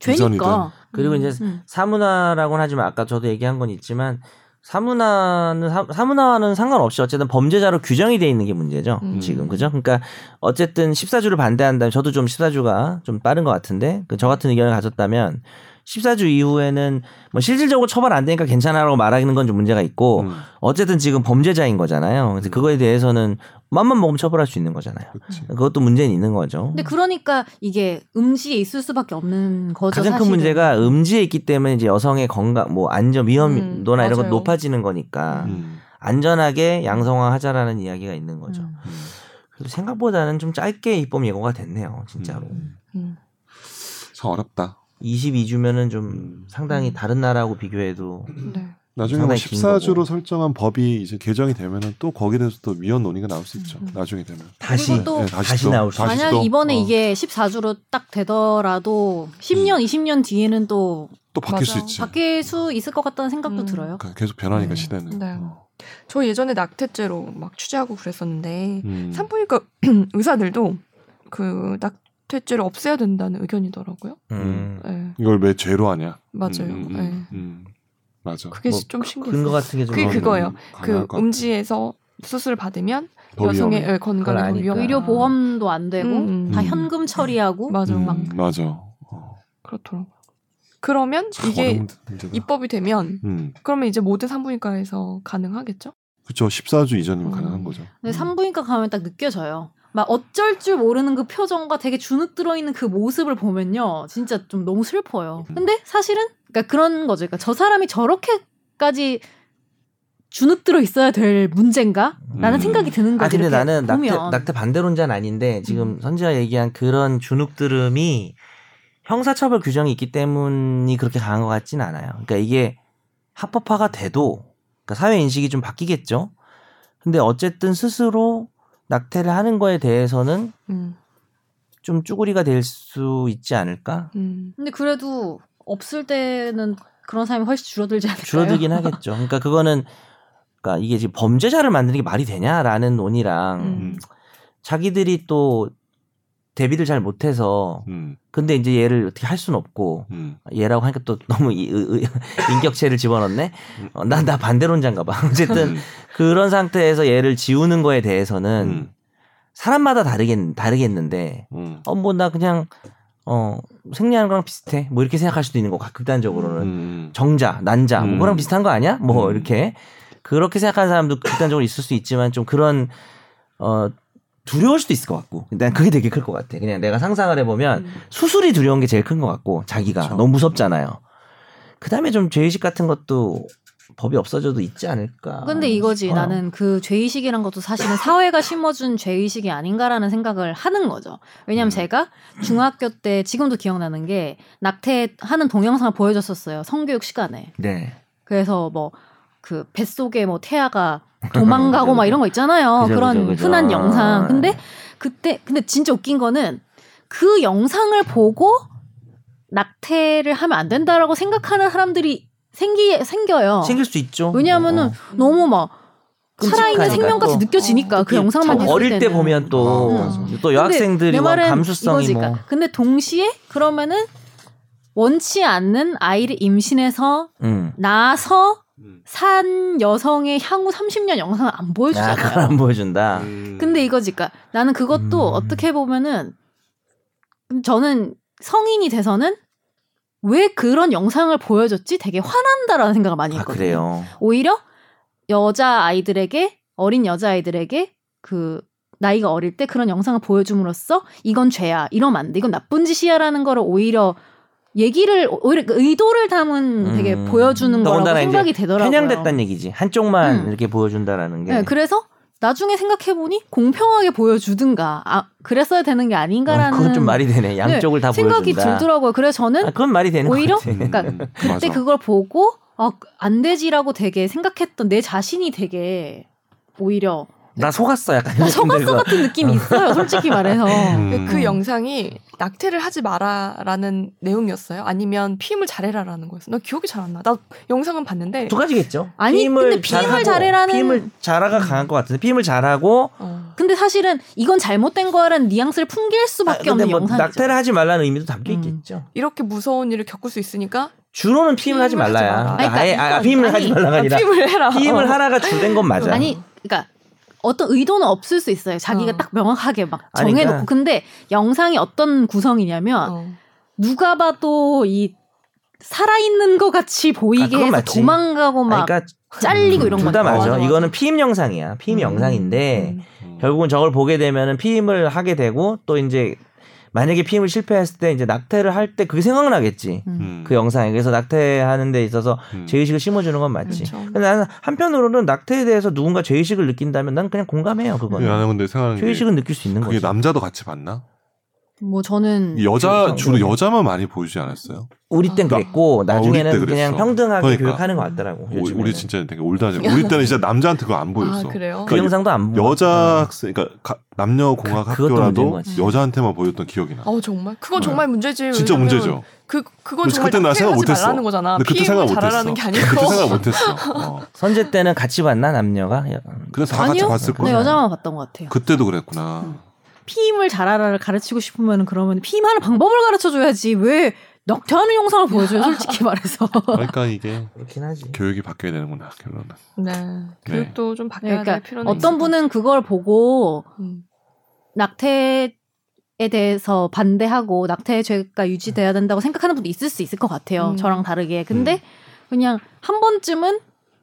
이전이든.
죄니까.
그리고 이제
음.
사문화라고는 하지만 아까 저도 얘기한 건 있지만 사문화는 사, 사문화와는 상관없이 어쨌든 범죄자로 규정이 돼 있는 게 문제죠.
음.
지금 그죠? 그러니까 어쨌든 14주를 반대한다면 저도 좀 14주가 좀 빠른 것 같은데 그 저 같은 의견을 가졌다면 14주 이후에는 뭐 실질적으로 처벌 안 되니까 괜찮아라고 말하는 건 좀 문제가 있고
음,
어쨌든 지금 범죄자인 거잖아요. 그래서 그거에 대해서는 맘만 먹으면 처벌할 수 있는 거잖아요.
그치.
그것도 문제는 있는 거죠.
근데 그러니까 이게 음지에 있을 수밖에 없는 거죠.
가장 큰
사실은.
문제가 음지에 있기 때문에 이제 여성의 건강, 뭐 안전 위험도나
음,
이런 것
맞아요.
높아지는 거니까
음.
안전하게 양성화하자라는 이야기가 있는 거죠.
음.
그래서 생각보다는 좀 짧게 입법 예고가 됐네요, 진짜로.
음.
음.
참 어렵다.
22주면은 좀
음.
상당히 다른 나라하고 비교해도
네.
나중에 뭐
상당히 긴 거고.
14주로 설정한 법이 이제 개정이 되면은 또 거기에 대해서 또 위헌 논의가 나올 수 있죠. 나중에 되면.
다시
음. 또
예,
다시
또,
나올 수
다시
만약
또,
이번에
어,
이게 14주로 딱 되더라도 10년,
음.
20년 뒤에는 또
또 바뀔
맞아.
수 있지.
바뀔 수 있을 것 같다는 생각도
음.
들어요.
네. 그러니까 계속 변하니까
네.
시대는.
네.
어.
저 예전에 낙태죄로 막 취재하고 그랬었는데
네.
음.
산부인과 의사들도 그 낙태죄를 없애야 된다는 의견이더라고요.
음.
네,
이걸 왜 죄로 하냐?
맞아요.
음, 음,
네.
음. 맞아.
그게
뭐
좀 신기했어요.
근거 같은 게좀
그게
그런
그거예요.
건
그
강할 것 같아.
음지에서 수술을 받으면
더
여성의
위험해.
예, 건강에
그건
더
아니까.
위험.
의료 보험도 안 되고
음, 음.
다
음.
현금 처리하고
맞아, 요
음,
막
맞아. 어,
그렇더라고. 요 그러면
참
이게
어려운 문제다.
입법이 되면
음.
그러면 이제 모든 산부인과에서 가능하겠죠?
그렇죠. 14주 이전이면
음.
가능한 거죠.
근데 산부인과 가면 딱 느껴져요. 막 어쩔 줄 모르는 그 표정과 되게 주눅 들어 있는 그 모습을 보면요, 진짜 좀 너무 슬퍼요.
음.
근데 사실은 그러니까 그런 거죠. 그러니까 저 사람이 저렇게까지 주눅 들어 있어야 될 문제인가라는
음.
생각이 드는 거죠.
아 근데
이렇게
나는 낙태,
보면.
낙태 반대론자는 아닌데 지금 선지가 얘기한 그런 주눅들음이 형사처벌 규정이 있기 때문이 그렇게 강한 것 같지는 않아요. 그러니까 이게 합법화가 돼도 그러니까 사회 인식이 좀 바뀌겠죠. 근데 어쨌든 스스로 낙태를 하는 거에 대해서는
음,
좀 쭈구리가 될 수 있지 않을까?
음.
근데 그래도 없을 때는 그런 사람이 훨씬 줄어들지 않을까요?
줄어들긴 하겠죠. 그러니까 그거는 그러니까 이게 지금 범죄자를 만드는 게 말이 되냐라는 논의랑
음.
자기들이 또 대비를 잘 못해서
음.
근데 이제 얘를 어떻게 할 수는 없고
음.
얘라고 하니까 또 너무 이, 의- 의- 인격체를 집어넣네. 어, 나, 나 반대론자인가 봐. 어쨌든
음.
그런 상태에서 얘를 지우는 거에 대해서는
음.
사람마다 다르겠, 다르겠는데
음.
어 뭐 나 그냥 어 생리하는 거랑 비슷해. 뭐 이렇게 생각할 수도 있는 거고 극단적으로는
음.
정자, 난자 뭐
음.
그거랑 비슷한 거 아니야? 뭐
음.
이렇게 그렇게 생각하는 사람도 극단적으로 있을 수 있지만 좀 그런 어 두려울 수도 있을 것 같고 난 그게 되게 클 것 같아. 그냥 내가 상상을 해보면
음.
수술이 두려운 게 제일 큰 것 같고 자기가
그쵸.
너무 무섭잖아요. 그다음에 좀 죄의식 같은 것도 법이 없어져도 있지 않을까.
근데 이거지
싶어요.
나는 그 죄의식이란 것도 사실은 사회가 심어준 죄의식이 아닌가라는 생각을 하는 거죠. 왜냐면
음.
제가 중학교 때 지금도 기억나는 게 낙태하는 동영상을 보여줬었어요. 성교육 시간에.
네.
그래서 뭐 그 뱃속에 뭐 태아가 도망가고 막 이런 거 있잖아요.
그죠,
그런
그죠, 그죠.
흔한 영상.
아.
근데 그때 근데 진짜 웃긴 거는 그 영상을 보고 낙태를 하면 안 된다라고 생각하는 사람들이 생기 생겨요.
생길 수 있죠.
어. 왜냐하면은
어.
너무 막 살아있는
끔찍하니까
생명같이
또.
느껴지니까 그
예,
영상만
참
봤을
어릴 때
때는.
보면 또
음.
어,
또
맞아.
여학생들이
근데 내
막
말은
감수성이
이거지.
뭐
그러니까 근데 동시에 그러면은 원치 않는 아이를 임신해서
음.
나서
음,
산 여성의 향후 30년 영상을 안
아,
보여주잖아요.
그걸 안 보여준다.
근데 이거지까 나는 그것도
음.
어떻게 보면은 저는 성인이 돼서는 왜 그런 영상을 보여줬지 되게 화난다라는 생각을 많이
그러니까.
아
했거든요.
그래요.
오히려 여자 아이들에게 어린 여자 아이들에게 그 나이가 어릴 때 그런 영상을 보여줌으로써 이건 죄야 이러면 안 돼 이건 나쁜 짓이야라는 거를 오히려 얘기를 오히려 그 의도를 담은
음.
되게 보여주는 거라고
더군다나 이제
생각이 되더라고요.
편향됐다는 얘기지. 한쪽만
음.
이렇게 보여준다라는 게.
네, 그래서 나중에 생각해 보니 공평하게 보여주든가 아 그랬어야 되는 게
어,
아닌가라는
그건 좀 말이 되네. 양쪽을 다
생각이
보여준다.
들더라고요. 그래서 저는
아, 그건 말이 되는
오히려
것 같아.
그러니까
그때
그때 그걸 보고 아, 안 되지라고 되게 생각했던 내 자신이 되게 오히려
나 속았어 약간.
나
이런
속았어
생각으로.
같은 느낌이 있어요. 솔직히 말해서.
그
음.
영상이 낙태를 하지 마라라는 내용이었어요. 아니면 피임을 잘해라라는 거였어. 나 기억이 잘 안 나. 나 영상은 봤는데.
두 가지겠죠.
아니,
피임을
근데 피임을
잘하고,
잘해라는- 음.
피임을 잘하가 강한 것 같은데 피임을 잘하고 아,
어.
근데 사실은 이건 잘못된 거라는 뉘앙스를 풍길
아,
수밖에
근데
없는
뭐
영상이죠.
낙태를 하지 말라는 의미도 담겨
음.
있겠죠.
이렇게 무서운 일을 겪을 수 있으니까
주로는 피임을 하지
피임을 하지
말라야.
마라.
그러니까 아예
아니,
아,
그러니까
피임을
아니,
하지 말라가
아,
아니라
피임을 해라.
피임을 하라가 주된 건 맞아.
아니, 그러니까 어떤 의도는 없을 수 있어요. 자기가
어.
딱 명확하게 막
아니,
정해놓고
그러니까-
근데 영상이 어떤 구성이냐면
어.
누가 봐도 이 살아있는 것 같이 보이게
그건
해서
맞지.
도망가고 뭐 막
아니, 그러니까
잘리고 이런
둘 다
거니까.
맞아.
맞아, 맞아.
이거는 피임 영상이야. 피임
음.
영상인데
음.
결국은 저걸 보게 되면은 피임을 하게 되고 또 이제 만약에 피임을 실패했을 때 이제 낙태를 할 때 그게 생각나겠지.
음.
그 영상에 그래서 낙태하는 데 있어서 죄의식을 심어주는 건 맞지.
그렇죠.
음.
근데 나는 한편으로는 낙태에 대해서 누군가 죄의식을 느낀다면 난 그냥 공감해요
예,
그거는.
음. 네, 나는 근데 생각하는 게
죄의식은 느낄 수 있는
그게
거지.
남자도 같이 봤나?
뭐 저는
여자
그렇죠.
주로 여자만 많이 보여주지 않았어요?
우리 땐
아.
그랬고
아, 우리
나중에는
때
그냥
그랬어.
평등하게
그러니까.
교육하는 것 같더라고.
우리,
요즘에는.
우리 진짜 되게 올드하죠. 우리 때는 진짜 남자한테 뭐 그거 안
아
보였어.
그래요?
그 영상도 안 어. 보고.
여자 학생, 그러니까 가- 남녀 공학
음. 그- 그것도 문제인
학교라도
거지.
여자한테만 보였던 기억이 나.
어 정말 그건
네.
정말 문제지.
진짜
왜냐면
문제죠.
그 그건
그래서
정말
그때 나 생각
낙태하지
못했어.
말라는 거잖아.
근데 그때
피임을
생각
잘하라는
못했어.
게
그때
아니고.
생각 못했어. 어.
선제 때는 같이 봤나 남녀가?
그래서 다
아니요.
같이 봤을
네,
거야.
여자만 봤던 것 같아요.
그때도 그랬구나.
피임을 잘하라를 가르치고 싶으면 그러면 피임하는 방법을 가르쳐 줘야지 왜 낙태하는 영상을 보여줘요 솔직히 말해서
그러니까 이게
그렇긴 하지.
교육이 바뀌어야 되는구나 결론은.
네. 교육도 좀 바뀌어야
네,
그러니까
될 필요는
어떤
있을 것
분은 그걸 보고
같아요. 음.
낙태에 대해서 반대하고 낙태의 죄가 유지돼야 된다고 생각하는 분도 있을 수 있을 것 같아요
음.
저랑 다르게 근데
음.
그냥 한 번쯤은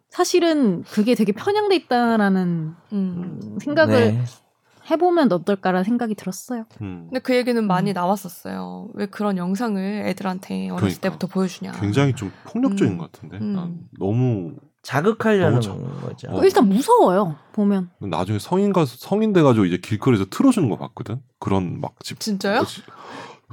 사실은 그게 되게 편향돼 있다라는
음.
생각을
네.
해보면 어떨까라는 생각이 들었어요
음.
근데 그 얘기는 많이 나왔었어요. 왜 그런 영상을 애들한테 어렸을
그러니까.
때부터 보여주냐.
굉장히 좀 폭력적인
음.
것 같은데.
음.
난 너무
자극하려는
너무 자-
거죠.
어.
일단 무서워요 보면
나중에 성인 가서 성인 돼 가지고 이제 길거리에서 틀어주는 거 봤거든. 그런 막집 어,
진짜요?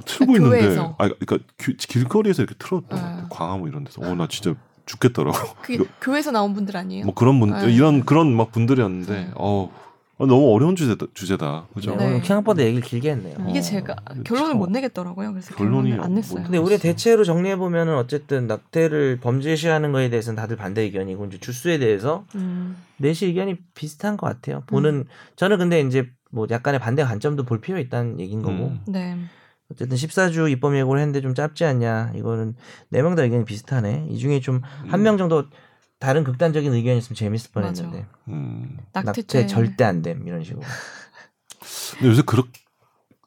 틀고
아,
있는데.
교회에서?
아 그러니까 기- 길거리에서 이렇게 틀었던 것
네.
같아. 광화문 이런 데서. 어 나 진짜 죽겠더라고.
그게 교회에서 나온 분들 아니에요?
뭐 그런 분
네.
이런 그런 막 분들이었는데
네.
어 어, 너무 어려운 주제다 주제다. 그죠?
네.
오늘 생각보다 음, 얘기를 길게 했네요.
음.
이게
어,
제가
참.
결론을 못 내겠더라고요. 그래서
결론이
결론을 안 냈어요.
못
근데 우리 대체로 정리해 보면은 어쨌든 낙태를 범죄시하는 거에 대해서는 다들 반대 의견이고 이제 주수에 대해서
음.
내시 의견이 비슷한 것 같아요. 보는 저는 근데 이제 뭐 약간의 반대 관점도 볼 필요 있다는 얘기인 거고
음.
네.
어쨌든 14주 입법 예고를 했는데 좀 짧지 않냐 이거는 네 명 다 의견이 비슷하네. 이 중에 좀
음.
한 명 정도 다른 극단적인 의견이 있으면 재밌을 뻔했는데
음.
낙태죄
절대 안 됨 이런 식으로.
근데 요새 그렇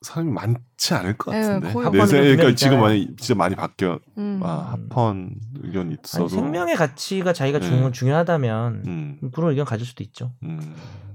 사람이 많지 않을 것
네,
예,
같은데.
거의
내
합헌
생각에
의견
그러니까 지금
있잖아요.
많이 진짜 많이 바뀌어.
음.
아, 합헌 의견이 있어서.
아니, 생명의 가치가
음.
자기가
네.
중요, 중요하다면
음.
그런 의견 가질 수도 있죠.
음.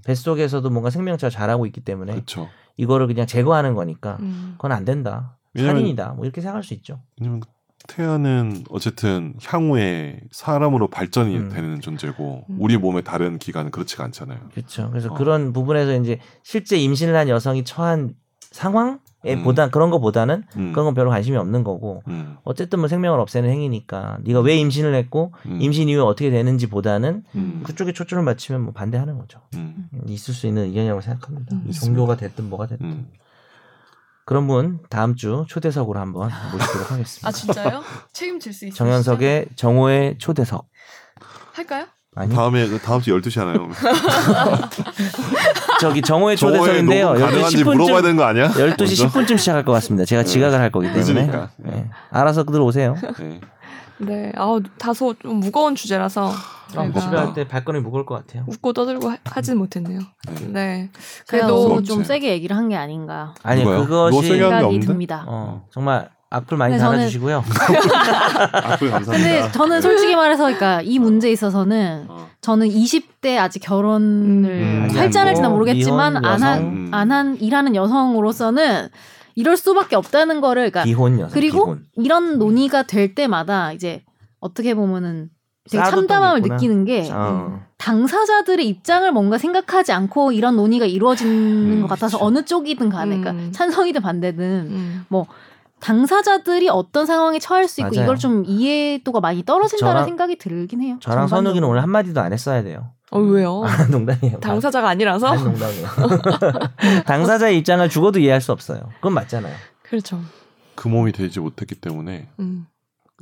뱃속에서도 뭔가 생명체가 자라고 있기 때문에
그렇죠.
이거를 그냥 제거하는 거니까
음.
그건 안 된다.
왜냐면-
살인이다. 뭐 이렇게 생각할 수 있죠.
왜냐면 태아는 어쨌든 향후에 사람으로 발전이
음.
되는 존재고
음.
우리 몸의 다른 기관은 그렇지가 않잖아요.
그렇죠. 그래서
어.
그런 부분에서 이제 실제 임신을 한 여성이 처한 상황에
음.
보다 그런 거보다는
음.
그런 건 별로 관심이 없는 거고
음.
어쨌든 뭐 생명을 없애는 행위니까 네가 왜 임신을 했고
음.
임신 이후에 어떻게 되는지 보다는
음.
그쪽에 초점을 맞추면 뭐 반대하는 거죠.
음.
있을 수 있는 의견이라고 생각합니다.
음.
종교가 됐든 뭐가 됐든.
음.
그런 분 다음 주 초대석으로 한번 모시도록 하겠습니다.
아 진짜요? 책임질 수 있어요?
정현석의 정호의 초대석.
할까요?
아니
다음에 다음 주 12시 하나요?
네, 저기 정호의
저거에
초대석인데요.
녹음
12시
가능한지 물어봐야
10분쯤
되는 거 아니야?
12시 10분쯤 시작할 것 같습니다. 제가
네.
지각을 할 거기 때문에.
늦으니까.
네. 알아서 그들 오세요.
네.
네. 아우 다소 좀 무거운 주제라서
네.
아, 집에
저희가
갈 때 발걸음이 무거울 것 같아요.
웃고 떠들고 하- 하진 못했네요.
네.
네.
제가
그래도-
너무 좀
없지.
세게 얘기를 한 게 아닌가
아니
누가요? 누가
그것이
세게 한-
생각이
없는데?
듭니다.
어, 정말 악플 많이
네, 저는-
달아주시고요.
악플 감사합니다. 네.
근데 저는 솔직히 말해서 그러니까 이 문제에 있어서는
어.
저는 20대 아직 결혼을
음.
할지 안 할지는
뭐
모르겠지만
미혼
안 한 안 한
음.
여성.
일하는 여성으로서는 이럴 수밖에 없다는 거를 그러니까
비혼 여성.
그리고
비혼.
이런 논의가 될 때마다 이제 어떻게 보면은 되게
싸도 또
참담함을
있구나.
느끼는 게
음.
음,
어.
당사자들의 입장을 뭔가 생각하지 않고 이런 논의가 이루어지는
음,
것 같아서
그쵸.
어느 쪽이든 간에 그러니까
음.
찬성이든 반대든
음.
당사자들이 어떤 상황에 처할 수 있고
맞아요.
이걸 좀 이해도가 많이 떨어진다는
저랑-
생각이 들긴 해요.
저랑 선욱이는
전반적으로.
오늘 한 마디도 안 했어야 돼요.
어 왜요?
아, 농담이에요.
당사자가 아니라서.
반 농담이에요. 당사자의 입장을 죽어도 이해할 수 없어요. 그건 맞잖아요.
그렇죠.
그 몸이 되지 못했기 때문에
음.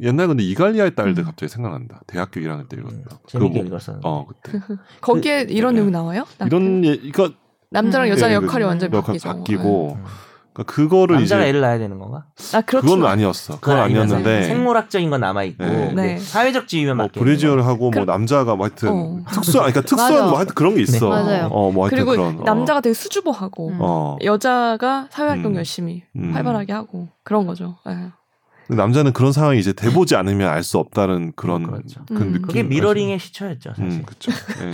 옛날 근데 이갈리아의 딸들
음.
갑자기 생각난다. 대학교 1학년 때
음,
읽었다.
재밌게
그거 뭐-
읽었어요.
어 그때
거기에 이런
네.
내용 나와요?
이런 예, 그러니까
남자랑
음.
네,
여자의 역할이
그
완전 히
역할
바뀌죠.
바뀌고
음.
그러니까 그거를
남자가
이제
애를 낳아야 되는 건가?
아 그렇죠.
그건 아니었어. 그건
아니라서
아니었는데
생물학적인 건 남아 있고
네.
네.
사회적 지위만
뭐
맞게. 있는
브래지어를 하고 뭐
그럼-
남자가 뭐 하여튼
어.
특수한 그러니까 특수한
맞아.
뭐 하여튼 그런 게 있어.
네.
맞아요.
어, 뭐 하여튼
그리고
그런 어.
남자가 되게 수줍어하고
음.
어.
여자가 사회활동
음.
열심히
음.
활발하게 하고 그런 거죠. 네.
남자는 그런 상황이 이제 돼보지 않으면 알 수 없다는 그런
그렇죠.
그
음.
느낌.
그게 미러링의 시초였죠, 사실.
음, 그렇죠. 예.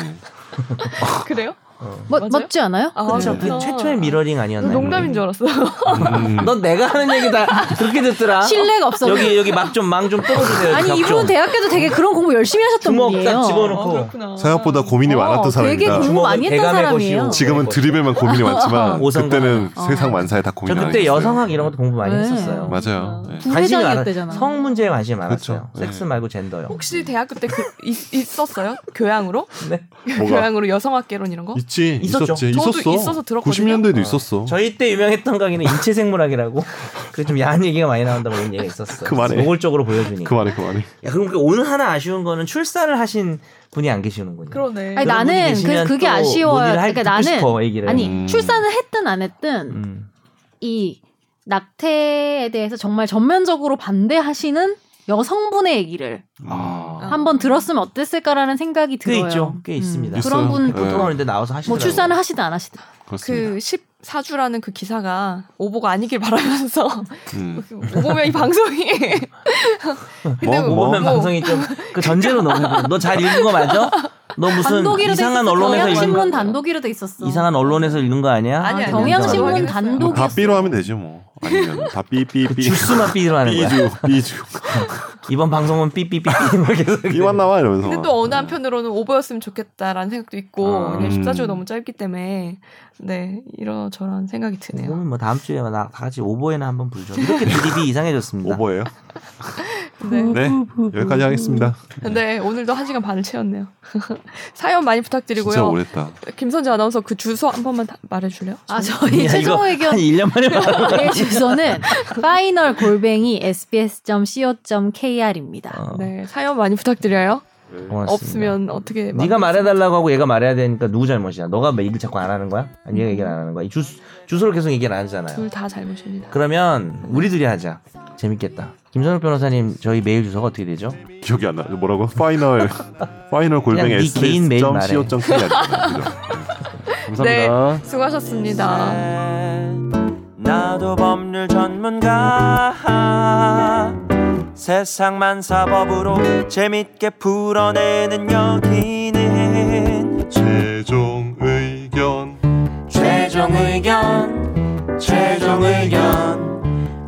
그래요?
어.
멋,
맞아요?
멋지 뭐, 않아요?
아,
그렇죠.
네.
그 최초의 미러링 아니었나요? 아,
농담인 줄 알았어.
음.
넌 내가 하는 얘기다. 그렇게
아,
듣더라.
신뢰가 없어.
여기 여기 막 좀 망 좀 떨어주세요.
아니
벽
이분은
좀.
대학교도 되게 그런 공부 열심히 하셨던
주먹 딱
분이에요.
집어넣고.
어, 그렇구나.
생각보다 고민이
어,
많았던
되게
사람입니다.
공부 많이 했던
대감의
사람이에요.
것이고.
지금은 드립에만 고민이 많지만
네. 오성과.
그때는
어.
세상 만사에 다
저
고민이 많았어요.
그때 여성학 이런 것도 음. 공부 많이
네.
했었어요.
맞아요. 예.
관심이
부회장이었대잖아.
많았- 성 문제에 관심이 많았어요.
그렇죠.
섹스
네.
말고 젠더요.
혹시 대학교 때 그, 있, 있었어요? 교양으로?
네.
예. 뭐가
교양으로 여성학 개론 이런 거?
있지
있었죠.
있었지
저도
있었어.
있어서 들었거든요.
90년대에도
어.
있었어.
저희 때 유명했던 강의는 인체 생물학이라고 그 좀 야한 얘기가 많이 나온다고 이런 얘기가 있었어요.
그만해.
노골적으로 보여주니까.
그만해 그만해.
야, 그럼 그 오늘 하나 아쉬운 거는 출산을 하신 분이 안 계시는군요.
그러네.
아니,
그런
나는
분이 계시면
그- 그게
또
아쉬워요.
논의를 할-
그러니까
듣고
나는-
싶어, 얘기를.
아니
음.
출산을 했든 안 했든
네. 음.
이 낙태에 대해서 정말 전면적으로 반대하시는 여성분의 얘기를
아.
한번 들었으면 어땠을까라는 생각이
꽤
들어요. 음.
있죠. 꽤 있습니다.
그런 분
있어요.
보통
보통은 이제 나와서 하시더라고요.
뭐 출산을 하시든 안 하시든
그렇습니다.
그 14주라는 그 기사가 오보가 아니길 바라면서
음.
오보면 이 방송이 근데
뭐,
보면
뭐,
방송이 좀 그 전제로 너무 너 잘 읽은 거 맞아? 너 무슨
그러니까. 단독이로 돼
이상한
있었어.
언론에서 읽은
경향신문
거
단독이로 돼 있었어.
이상한 언론에서 읽은 거 아니야?
아니,
아,
아니,
경향신문
아니,
뭐다
단독이었어.
삐로 하면 되지 뭐. 아니면 다 삐삐삐.
주스만 그 삐로 하는 거야.
삐주 삐주.
이번 방송은 삐삐삐 막 계속
삐만 나와 이러면서.
근데 또 어느 한편으로는 오버였으면 좋겠다라는 생각도 있고
아,
그냥
음.
14주가 너무 짧기 때문에 네 이런 저런 생각이 드네요.
오늘 뭐 다음 주에 나- 다 같이 오보에나 한번 불죠. 이렇게 드립이 이상해졌습니다.
오버예요.
네.
네 여기까지 하겠습니다.
네 오늘도 1 시간 반을 채웠네요. 사연 많이
진짜
부탁드리고요.
오랬다.
김선재 아나운서 그 주소 한 번만 다- 말해줄래요?
아 저희
야, 이거
최종 의견
한 1년 만에 말하는
의 주소는 파이널 골뱅이 sbs.co.kr입니다.
거.
네 사연 많이 부탁드려요.
고맙습니다.
없으면 어떻게
네가 말해달라고 하고 얘가 말해야 되니까 누구 잘못이야? 너가 왜 얘기를 자꾸 안 하는 거야? 아니 얘가 얘기를 안 하는 거야? 이 주, 주소를 계속 얘기를 안 하잖아요.
둘다 잘못입니다.
그러면 우리들이 하자. 재밌겠다. 김선욱 변호사님 저희 메일 주소가 어떻게 되죠?
기억이 안 나. 뭐라고? 파이널 파이널 골뱅이
그냥 네 개인 메일 말해.
sbs.co.kr. 감사합니다.
네 수고하셨습니다.
네.
나도 법률 전문가 세상만 사법으로 재밌게 풀어내는 여기는
최종 의견.
최종 의견 최종 의견